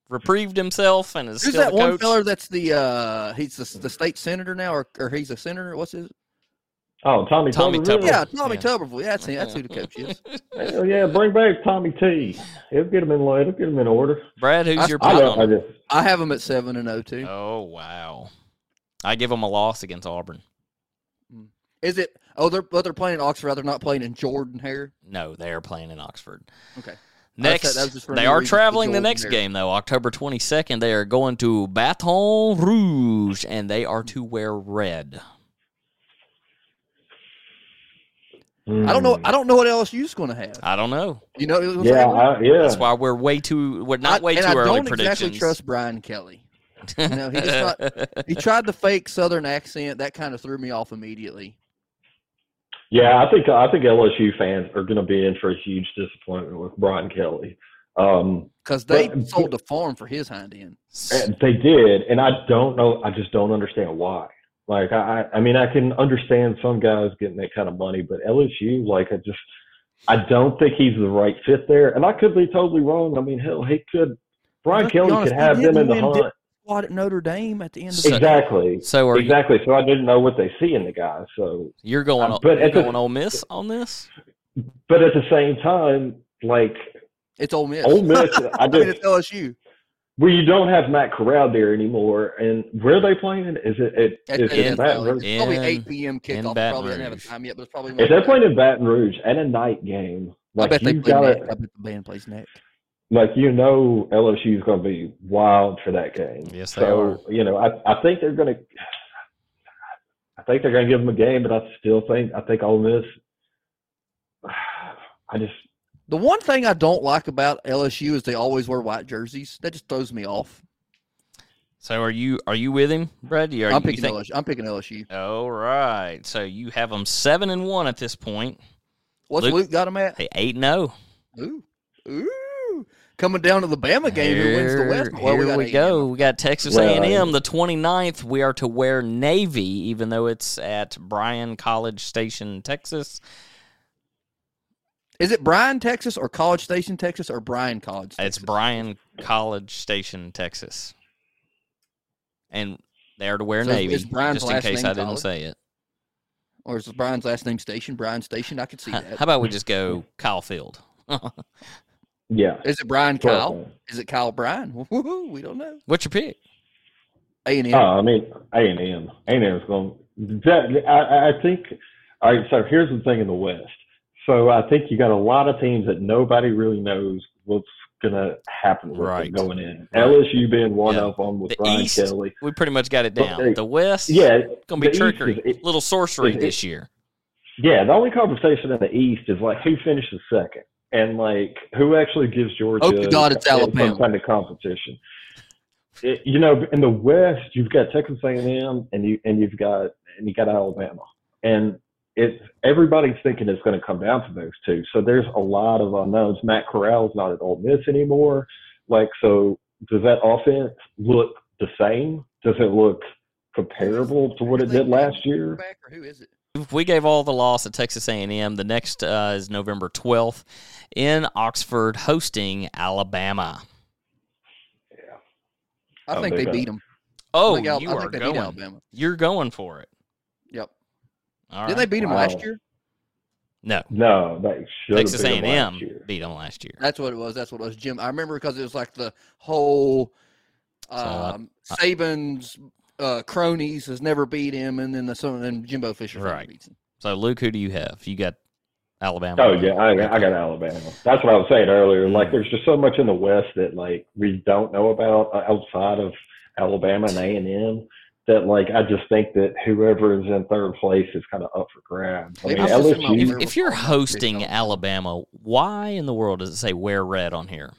[SPEAKER 1] reprieved himself and is
[SPEAKER 2] Who's
[SPEAKER 1] still
[SPEAKER 2] that
[SPEAKER 1] the
[SPEAKER 2] one
[SPEAKER 1] coach.
[SPEAKER 2] feller that's the uh he's the, the state senator now or, or he's a senator? What's his
[SPEAKER 3] Oh, Tommy,
[SPEAKER 1] Tommy
[SPEAKER 3] Tuberville.
[SPEAKER 2] Yeah, Tommy
[SPEAKER 1] Yeah.
[SPEAKER 2] Tuberville. Yeah, that's him. That's who the coach is.
[SPEAKER 3] Hell yeah, bring back Tommy T. He'll get him in. line. He'll get him in order.
[SPEAKER 1] Brad, who's
[SPEAKER 2] I-
[SPEAKER 1] your
[SPEAKER 3] I
[SPEAKER 1] pick
[SPEAKER 3] don't. I
[SPEAKER 1] on
[SPEAKER 3] just.
[SPEAKER 2] I have him at seven and oh two.
[SPEAKER 1] Oh wow, I give them a loss against Auburn.
[SPEAKER 2] Is it? Oh, they're but they're playing in Oxford. They're not playing in Jordan here.
[SPEAKER 1] No, they are playing in Oxford.
[SPEAKER 2] Okay. I
[SPEAKER 1] Next,
[SPEAKER 2] said that was just for
[SPEAKER 1] they
[SPEAKER 2] no
[SPEAKER 1] are
[SPEAKER 2] reason,
[SPEAKER 1] traveling the
[SPEAKER 2] Jordan
[SPEAKER 1] next
[SPEAKER 2] there.
[SPEAKER 1] game though, October twenty second. They are going to Baton Rouge, and they are to wear red.
[SPEAKER 3] hmm.
[SPEAKER 2] I don't know. I don't know what LSU's going to have.
[SPEAKER 1] I don't know.
[SPEAKER 2] You know? what I'm
[SPEAKER 3] Yeah,
[SPEAKER 2] saying?
[SPEAKER 3] I, yeah.
[SPEAKER 1] That's why we're way too we're not
[SPEAKER 2] I-
[SPEAKER 1] way too
[SPEAKER 2] and I
[SPEAKER 1] early
[SPEAKER 2] don't
[SPEAKER 1] predictions.
[SPEAKER 2] exactly trust Brian Kelly. You know, he just not, he tried the fake Southern accent. That kind of threw me off immediately.
[SPEAKER 3] Yeah, I think I think LSU fans are going to be in for a huge disappointment with Brian Kelly. Um,
[SPEAKER 2] Because they
[SPEAKER 3] But-
[SPEAKER 2] sold the farm for his hind end.
[SPEAKER 3] and they did, and I don't know. I just don't understand why. Like I, I mean, I can understand some guys getting that kind of money, but LSU, like I just, I don't think he's the right fit there. And I could be totally wrong. I mean, hell, he could. Brian
[SPEAKER 2] Let's be
[SPEAKER 3] Kelly
[SPEAKER 2] honest,
[SPEAKER 3] could
[SPEAKER 2] he
[SPEAKER 3] have them
[SPEAKER 2] didn't
[SPEAKER 3] in the
[SPEAKER 2] win
[SPEAKER 3] hunt.
[SPEAKER 2] di- Squad at Notre Dame at the end of the
[SPEAKER 1] So-
[SPEAKER 3] exactly.
[SPEAKER 1] So are you,
[SPEAKER 3] exactly. So I didn't know what they see in the guy. So,
[SPEAKER 1] you're going
[SPEAKER 3] Uh, but
[SPEAKER 1] you're
[SPEAKER 3] at the-
[SPEAKER 1] going Ole Miss on this?
[SPEAKER 3] but at the same time, like
[SPEAKER 2] It's Ole Miss.
[SPEAKER 3] Ole Miss, I
[SPEAKER 2] I mean,
[SPEAKER 3] just
[SPEAKER 2] it's LSU.
[SPEAKER 3] well, you don't have Matt Corral there anymore. And where are they playing? Is it it
[SPEAKER 2] At
[SPEAKER 3] is
[SPEAKER 2] the end
[SPEAKER 3] it
[SPEAKER 2] of
[SPEAKER 3] Baton
[SPEAKER 2] the-
[SPEAKER 3] Rouge?
[SPEAKER 2] it's probably
[SPEAKER 1] In-
[SPEAKER 2] 8 p.m.
[SPEAKER 1] in
[SPEAKER 2] kickoff.
[SPEAKER 1] Baton
[SPEAKER 2] Probably didn't have a
[SPEAKER 1] Rouge.
[SPEAKER 2] time yet, but it's probably.
[SPEAKER 3] If they're playing in Baton Rouge at a night game,
[SPEAKER 2] I
[SPEAKER 3] like
[SPEAKER 2] bet they
[SPEAKER 3] you
[SPEAKER 2] play
[SPEAKER 3] got
[SPEAKER 2] neck. I
[SPEAKER 3] to
[SPEAKER 2] bet the band plays neck.
[SPEAKER 3] like you know LSU is going to be wild for that game.
[SPEAKER 1] Yes, they
[SPEAKER 3] so you know I I think they're going to. I think they're going to give them a game, but I still think I think Ole Miss. I just
[SPEAKER 2] The one thing I don't like about LSU is they always wear white jerseys. That just throws me off.
[SPEAKER 1] So are you are you with him, Brad? Are
[SPEAKER 2] I'm
[SPEAKER 1] you,
[SPEAKER 2] picking LSU. I'm picking LSU.
[SPEAKER 1] All right. So you have them seven and one at this point.
[SPEAKER 2] What's
[SPEAKER 1] Luke-
[SPEAKER 2] Luke, got him at?
[SPEAKER 1] They eight and oh. zero.
[SPEAKER 2] Ooh, ooh, coming down to the Bama game. who wins the West?
[SPEAKER 1] Here-
[SPEAKER 2] Well,
[SPEAKER 1] here
[SPEAKER 2] got
[SPEAKER 1] we
[SPEAKER 2] A&M.
[SPEAKER 1] go. We got Texas
[SPEAKER 3] Well,
[SPEAKER 1] A&M the 29th. We are to wear navy, even though it's at Bryan College Station, Texas.
[SPEAKER 2] Is it Bryan, Texas, or College Station, Texas, or Bryan College?
[SPEAKER 1] It's
[SPEAKER 2] Texas?
[SPEAKER 1] Bryan College Station, Texas, and they are to wear
[SPEAKER 2] So is-
[SPEAKER 1] navy.
[SPEAKER 2] is Bryan's
[SPEAKER 1] just in
[SPEAKER 2] last
[SPEAKER 1] case
[SPEAKER 2] name
[SPEAKER 1] I didn't
[SPEAKER 2] College?
[SPEAKER 1] say it.
[SPEAKER 2] Or is Bryan's last name Station? Bryan Station. I could see
[SPEAKER 1] How,
[SPEAKER 2] that.
[SPEAKER 1] how about we just go Kyle Field?
[SPEAKER 3] yeah.
[SPEAKER 2] Is it Brian
[SPEAKER 3] Sure.
[SPEAKER 2] Kyle? Is it Kyle Bryan? Woo-hoo, we don't know.
[SPEAKER 1] What's your pick?
[SPEAKER 2] A and M.
[SPEAKER 3] Oh, I mean, A and M. A and M is going. That I- I, I think. All right. So here's the thing in the West. So I think you got a lot of teams that nobody really knows what's gonna happen with them
[SPEAKER 1] Right.
[SPEAKER 3] going in.
[SPEAKER 1] Right.
[SPEAKER 3] LSU being one
[SPEAKER 1] Yeah.
[SPEAKER 3] up on with
[SPEAKER 1] The
[SPEAKER 3] Brian
[SPEAKER 1] East-
[SPEAKER 3] Kelly.
[SPEAKER 1] We pretty much got it
[SPEAKER 3] Well,
[SPEAKER 1] down.
[SPEAKER 3] hey,
[SPEAKER 1] the West,
[SPEAKER 3] Yeah,
[SPEAKER 1] gonna be
[SPEAKER 3] the East
[SPEAKER 1] trickery,
[SPEAKER 3] is- it-
[SPEAKER 1] little sorcery
[SPEAKER 3] it-
[SPEAKER 1] this year.
[SPEAKER 3] yeah. The only conversation in the East is like who finishes second and like who actually gives Georgia.
[SPEAKER 2] Oh, to God, it's Alabama.
[SPEAKER 3] Some kind of competition. It- you know, in the West, you've got Texas A&M and you and you've got and you got Alabama, and it's everybody's thinking it's going to come down to those two. So there's a lot of unknowns. Matt Corral's not at Ole Miss anymore. Like, so does that offense look the same? Does it look comparable to what it did last year?
[SPEAKER 2] Quarterback, or Who is it?
[SPEAKER 1] If we gave all the loss at Texas A&M. The next uh, is November 12th in Oxford hosting Alabama.
[SPEAKER 2] I
[SPEAKER 3] Oh,
[SPEAKER 2] think
[SPEAKER 3] they
[SPEAKER 2] they
[SPEAKER 3] got-
[SPEAKER 2] beat them.
[SPEAKER 1] Oh,
[SPEAKER 2] I think, Al-
[SPEAKER 1] you
[SPEAKER 2] I
[SPEAKER 1] are
[SPEAKER 2] think they beat
[SPEAKER 1] going.
[SPEAKER 2] Alabama.
[SPEAKER 1] You're going for it.
[SPEAKER 2] Yep.
[SPEAKER 1] All
[SPEAKER 2] Didn't
[SPEAKER 1] right.
[SPEAKER 2] they beat him
[SPEAKER 3] Wow.
[SPEAKER 2] last year?
[SPEAKER 1] no,
[SPEAKER 3] No, that should
[SPEAKER 1] Texas
[SPEAKER 3] have been
[SPEAKER 1] A&M
[SPEAKER 3] last year.
[SPEAKER 1] beat them last year.
[SPEAKER 2] That's what it was. That's what it was, Jim. I remember because it was like the whole
[SPEAKER 1] I-
[SPEAKER 2] um, Saban's uh, cronies has never beat him, and then the son and Jimbo Fisher finally
[SPEAKER 1] Right.
[SPEAKER 2] beats him.
[SPEAKER 1] So, Luke, who do you have? You got Alabama.
[SPEAKER 3] Oh yeah, I, I got Alabama. That's what I was saying earlier. Like, there's just so much in the West that like we don't know about uh, outside of Alabama and A and M. That like I just think that whoever is in third place is kind of up for grabs. I
[SPEAKER 2] Maybe
[SPEAKER 3] mean,
[SPEAKER 2] it's just in my
[SPEAKER 3] LSU.
[SPEAKER 1] If, if you're hosting Alabama, why in the world does it say wear red on here?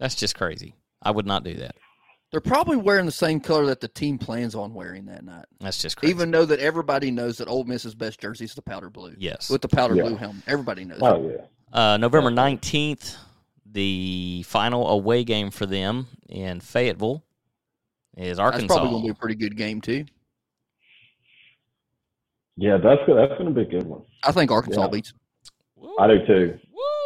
[SPEAKER 1] That's just crazy. I would not do that.
[SPEAKER 2] They're probably wearing the same color that the team plans on wearing that night,
[SPEAKER 1] That's just crazy.
[SPEAKER 2] even though that everybody knows that Ole Miss's best jersey is the powder blue
[SPEAKER 1] yes.
[SPEAKER 2] with the powder
[SPEAKER 3] Yeah.
[SPEAKER 2] blue helmet. Everybody knows. that.
[SPEAKER 3] Oh yeah.
[SPEAKER 1] Uh, November 19th, the final away game for them in Fayetteville is
[SPEAKER 2] That's
[SPEAKER 1] Arkansas.
[SPEAKER 2] probably going to be a pretty good game too.
[SPEAKER 3] Yeah, that's good. That's gonna be a good one.
[SPEAKER 2] I think Arkansas
[SPEAKER 3] Yeah.
[SPEAKER 2] beats. 'em.
[SPEAKER 1] Woo!
[SPEAKER 3] I do too.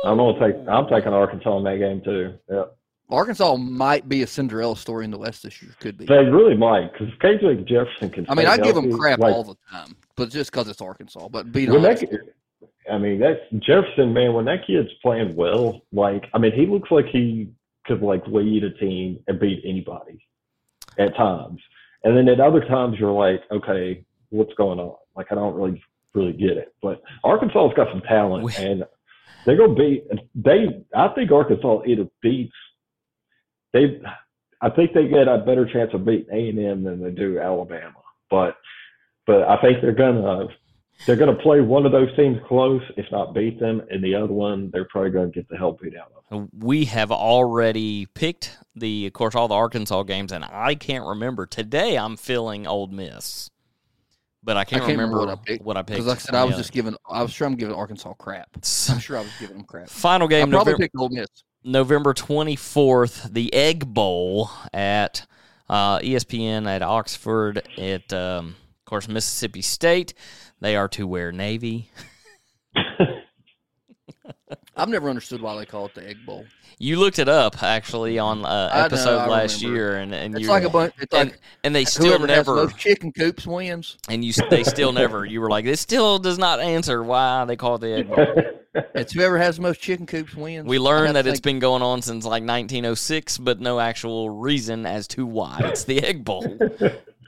[SPEAKER 3] I'm
[SPEAKER 1] Woo!
[SPEAKER 3] gonna take. I'm taking Arkansas in that game too. Yeah,
[SPEAKER 2] Arkansas might be a Cinderella story in the West this year. Could be.
[SPEAKER 3] they really might because KJ Jefferson can.
[SPEAKER 2] I mean,
[SPEAKER 3] stay
[SPEAKER 2] I give them
[SPEAKER 3] healthy.
[SPEAKER 2] crap
[SPEAKER 3] Like,
[SPEAKER 2] all the time, but just because it's Arkansas. But being
[SPEAKER 3] When that,
[SPEAKER 2] honest,
[SPEAKER 3] I mean, that Jefferson man, when that kid's playing well, like I mean, he looks like he could like lead a team and beat anybody at times, and then at other times you're like, okay, what's going on? Like I don't really really get it. But Arkansas's got some talent,
[SPEAKER 1] We-
[SPEAKER 3] and they're gonna beat they. I think Arkansas either beats they. I think they get a better chance of beating A and M than they do Alabama, but but I think they're gonna they're going to play one of those teams close, if not beat them, and the other one they're probably going to get the hell beat out of.
[SPEAKER 1] We have already picked the, of course, all the Arkansas games, and I can't remember. Today, I'm feeling Old Miss, but I can't,
[SPEAKER 2] can't remember what I picked,
[SPEAKER 1] What I picked.
[SPEAKER 2] because like I said, I was
[SPEAKER 1] Yeah.
[SPEAKER 2] just giving. I was sure I'm giving Arkansas crap. I'm sure I was giving them crap.
[SPEAKER 1] Final
[SPEAKER 2] I
[SPEAKER 1] game,
[SPEAKER 2] probably
[SPEAKER 1] November,
[SPEAKER 2] picked Ole Miss.
[SPEAKER 1] November 24th, the E Egg Bowl at uh, ESPN at Oxford. It, um, of course, Mississippi State, they are to wear navy.
[SPEAKER 2] I've never understood why they call it the Egg Bowl.
[SPEAKER 1] You looked it up actually on uh,
[SPEAKER 2] I know,
[SPEAKER 1] episode
[SPEAKER 2] I
[SPEAKER 1] last
[SPEAKER 2] remember.
[SPEAKER 1] year, and and
[SPEAKER 2] It's
[SPEAKER 1] you
[SPEAKER 2] like
[SPEAKER 1] were-
[SPEAKER 2] a bunch. It's
[SPEAKER 1] and,
[SPEAKER 2] like
[SPEAKER 1] and they still
[SPEAKER 2] whoever has the
[SPEAKER 1] never
[SPEAKER 2] most chicken coops wins.
[SPEAKER 1] and you they still never you were like this still does not answer why they call it the egg bowl.
[SPEAKER 2] It's whoever has the most chicken coops wins.
[SPEAKER 1] We
[SPEAKER 2] I'd
[SPEAKER 1] learned
[SPEAKER 2] have
[SPEAKER 1] that
[SPEAKER 2] to
[SPEAKER 1] it's
[SPEAKER 2] think-
[SPEAKER 1] been going on since like 1906, but no actual reason as to why it's the egg bowl.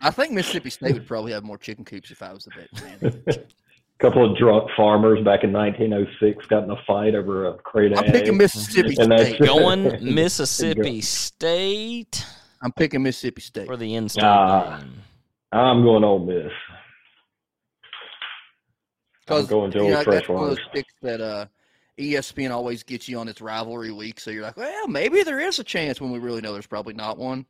[SPEAKER 2] I think Mississippi State would probably have more chicken coops if I was the bet man.
[SPEAKER 3] couple of drunk farmers back in 1906 got in a fight over a crate of
[SPEAKER 2] I'm picking
[SPEAKER 3] eggs.
[SPEAKER 2] Mississippi
[SPEAKER 3] And that's-
[SPEAKER 2] State.
[SPEAKER 1] Going Mississippi State
[SPEAKER 2] I'm picking Mississippi State.
[SPEAKER 1] for the in-state
[SPEAKER 3] Ah.
[SPEAKER 1] game.
[SPEAKER 3] I'm going on this.
[SPEAKER 2] Because
[SPEAKER 3] going to
[SPEAKER 2] you
[SPEAKER 3] Old
[SPEAKER 2] know, that's one of
[SPEAKER 3] Freshwater.
[SPEAKER 2] those picks that uh, ESPN always gets you on its rivalry week, so you're like, well, maybe there is a chance when we really know there's probably not one.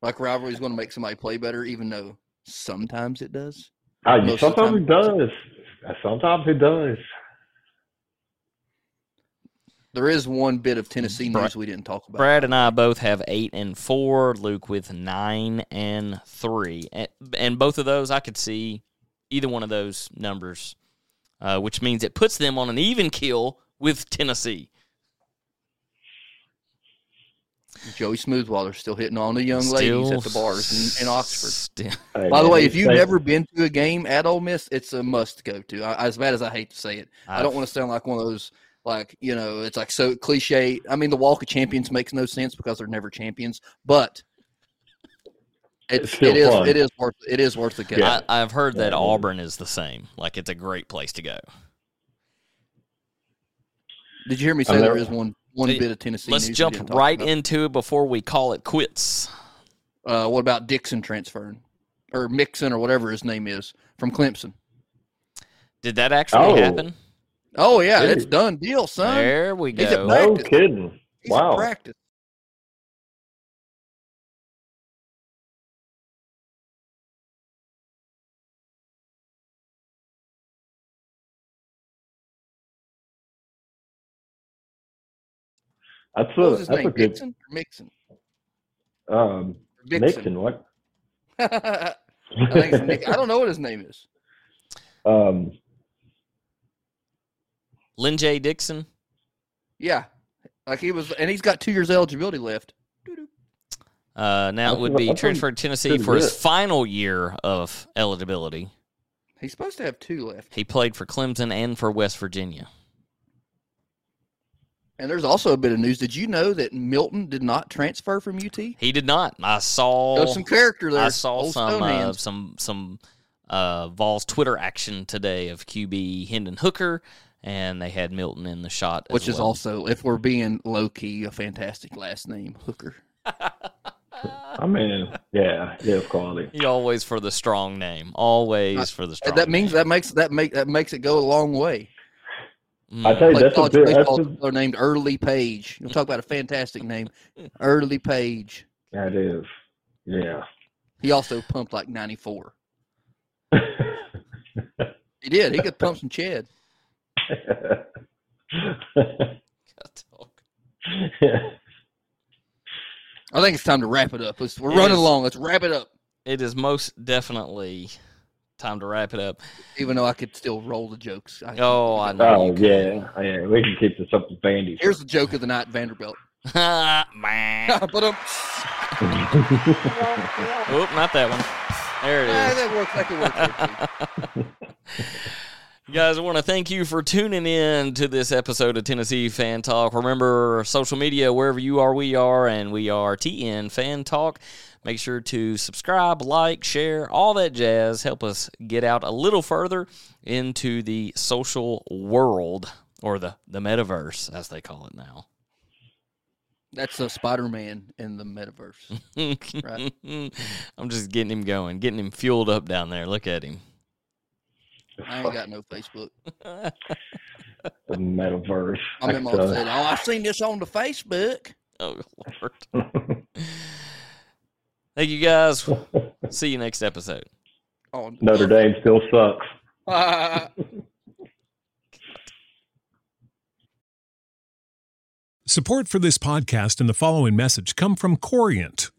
[SPEAKER 2] Like rivalry is going to make somebody play better, even though sometimes it does.
[SPEAKER 3] I,
[SPEAKER 2] Most of the
[SPEAKER 3] sometimes
[SPEAKER 2] time-
[SPEAKER 3] it does. Sometimes it does.
[SPEAKER 2] There is one bit of Tennessee
[SPEAKER 1] Bra-
[SPEAKER 2] news we didn't talk about.
[SPEAKER 1] Brad and I both have eight and four. Luke with nine and three, and, and both of those I could see either one of those numbers, uh, which means it puts them on an even kill with Tennessee.
[SPEAKER 2] Joey Smoothwater's still hitting on the young ladies at the bars in, in Oxford.
[SPEAKER 1] still-
[SPEAKER 3] Hey,
[SPEAKER 2] By the
[SPEAKER 3] man,
[SPEAKER 2] way, if you've
[SPEAKER 3] they-
[SPEAKER 2] never been to a game at Ole Miss, it's a must go to. I, as bad as I hate to say it, I've, I do
[SPEAKER 1] I've-
[SPEAKER 2] not want to sound like one of those like you know it's like so cliche. I mean, the Walk of Champions makes no sense because they're never champions, but it's,
[SPEAKER 3] It's still
[SPEAKER 2] it is
[SPEAKER 3] fun.
[SPEAKER 2] it is worth it is worth the go.
[SPEAKER 3] Yeah.
[SPEAKER 1] I, I've heard that
[SPEAKER 3] Yeah.
[SPEAKER 1] Auburn is the same. Like it's a great place to go.
[SPEAKER 2] Did you hear me say
[SPEAKER 3] I'm
[SPEAKER 2] there
[SPEAKER 3] never-
[SPEAKER 2] is one one
[SPEAKER 1] Hey,
[SPEAKER 2] bit of Tennessee?
[SPEAKER 1] Let's
[SPEAKER 2] news we
[SPEAKER 1] jump
[SPEAKER 2] didn't talk
[SPEAKER 1] right
[SPEAKER 2] about?
[SPEAKER 1] into it before we call it quits.
[SPEAKER 2] Uh, what about Dixon transferring or Mixon or whatever his name is from Clemson?
[SPEAKER 1] Did that actually
[SPEAKER 3] Oh.
[SPEAKER 1] happen?
[SPEAKER 2] Oh yeah, it's
[SPEAKER 3] Dude.
[SPEAKER 2] done deal, son.
[SPEAKER 1] There we
[SPEAKER 2] He's at
[SPEAKER 1] go.
[SPEAKER 2] back.
[SPEAKER 3] No
[SPEAKER 2] practice.
[SPEAKER 3] kidding.
[SPEAKER 2] He's in
[SPEAKER 3] wow.
[SPEAKER 2] practice.
[SPEAKER 3] That's
[SPEAKER 2] What
[SPEAKER 3] a
[SPEAKER 2] was his
[SPEAKER 3] that's
[SPEAKER 2] name?
[SPEAKER 3] a good
[SPEAKER 2] Dixon or Mixon?
[SPEAKER 3] um
[SPEAKER 2] Dixon.
[SPEAKER 3] Nixon, what?
[SPEAKER 2] I think it's Nick. I don't know what his name is.
[SPEAKER 3] um
[SPEAKER 1] Lynn J. Dixon.
[SPEAKER 2] Yeah, like he was, and he's got two years eligibility left.
[SPEAKER 1] Uh, now it
[SPEAKER 3] That's
[SPEAKER 1] would
[SPEAKER 3] what-
[SPEAKER 1] be
[SPEAKER 3] that's what-
[SPEAKER 1] transferred to Tennessee
[SPEAKER 3] pretty
[SPEAKER 1] for his
[SPEAKER 3] good.
[SPEAKER 1] final year of eligibility.
[SPEAKER 2] He's supposed to have two left.
[SPEAKER 1] He played for Clemson and for West Virginia.
[SPEAKER 2] And there's also a bit of news. Did you know that Milton did not transfer from UT?
[SPEAKER 1] He did not. I saw.
[SPEAKER 2] There's some character there.
[SPEAKER 1] Oh, I saw
[SPEAKER 2] Old
[SPEAKER 1] some uh,
[SPEAKER 2] Stonehands.
[SPEAKER 1] some some uh, Vols Twitter action today of QB Hendon Hooker, and they had Milton in the shot, as
[SPEAKER 2] which is
[SPEAKER 1] well.
[SPEAKER 2] also, if we're being low key, a fantastic last name, Hooker.
[SPEAKER 3] I mean yeah, yeah, it's quality.
[SPEAKER 1] He always for the strong name. Always for the strong.
[SPEAKER 2] That means that makes that make that makes it go a long way.
[SPEAKER 1] name.
[SPEAKER 3] I
[SPEAKER 1] Mm.
[SPEAKER 3] tell you
[SPEAKER 2] Like
[SPEAKER 3] that's a
[SPEAKER 2] college
[SPEAKER 3] bit that's
[SPEAKER 2] baseball
[SPEAKER 3] a,
[SPEAKER 2] are named Early Page. You'll talk about a fantastic name, Early Page.
[SPEAKER 3] that is. Yeah.
[SPEAKER 2] He also pumped like 94. He did. He could pump some Chad. I think it's time to wrap it up. Let's, we're
[SPEAKER 1] It
[SPEAKER 2] running
[SPEAKER 1] is.
[SPEAKER 2] along. Let's wrap it up.
[SPEAKER 1] It is most definitely time to wrap it up.
[SPEAKER 2] Even though I could still roll the jokes. I,
[SPEAKER 1] Oh, I know.
[SPEAKER 3] oh yeah, yeah. We can keep this up with Vandy.
[SPEAKER 2] Here's the joke of the night, Vanderbilt.
[SPEAKER 1] Man.
[SPEAKER 2] but um,
[SPEAKER 1] Oop, not that one. There it is.
[SPEAKER 2] ah, that works. That could work. for me.
[SPEAKER 1] Guys, I want to thank you for tuning in to this episode of Tennessee Fan Talk. Remember, social media, wherever you are, we are, and we are TN Fan Talk. Make sure to subscribe, like, share, all that jazz. Help us get out a little further into the social world or the, the metaverse, as they call it now.
[SPEAKER 2] That's a Spider Man in the metaverse. Right.
[SPEAKER 1] I'm just getting him going, getting him fueled up down there. Look at him.
[SPEAKER 2] I ain't got no Facebook.
[SPEAKER 3] the metaverse.
[SPEAKER 2] I'm in my
[SPEAKER 3] That's,
[SPEAKER 2] said, Oh, I seen this on the Facebook.
[SPEAKER 1] Oh, Lord. thank you guys. See you next episode.
[SPEAKER 2] On Ah, the
[SPEAKER 3] Notre Dame still sucks.
[SPEAKER 4] Support for this podcast and the following message come from Corient,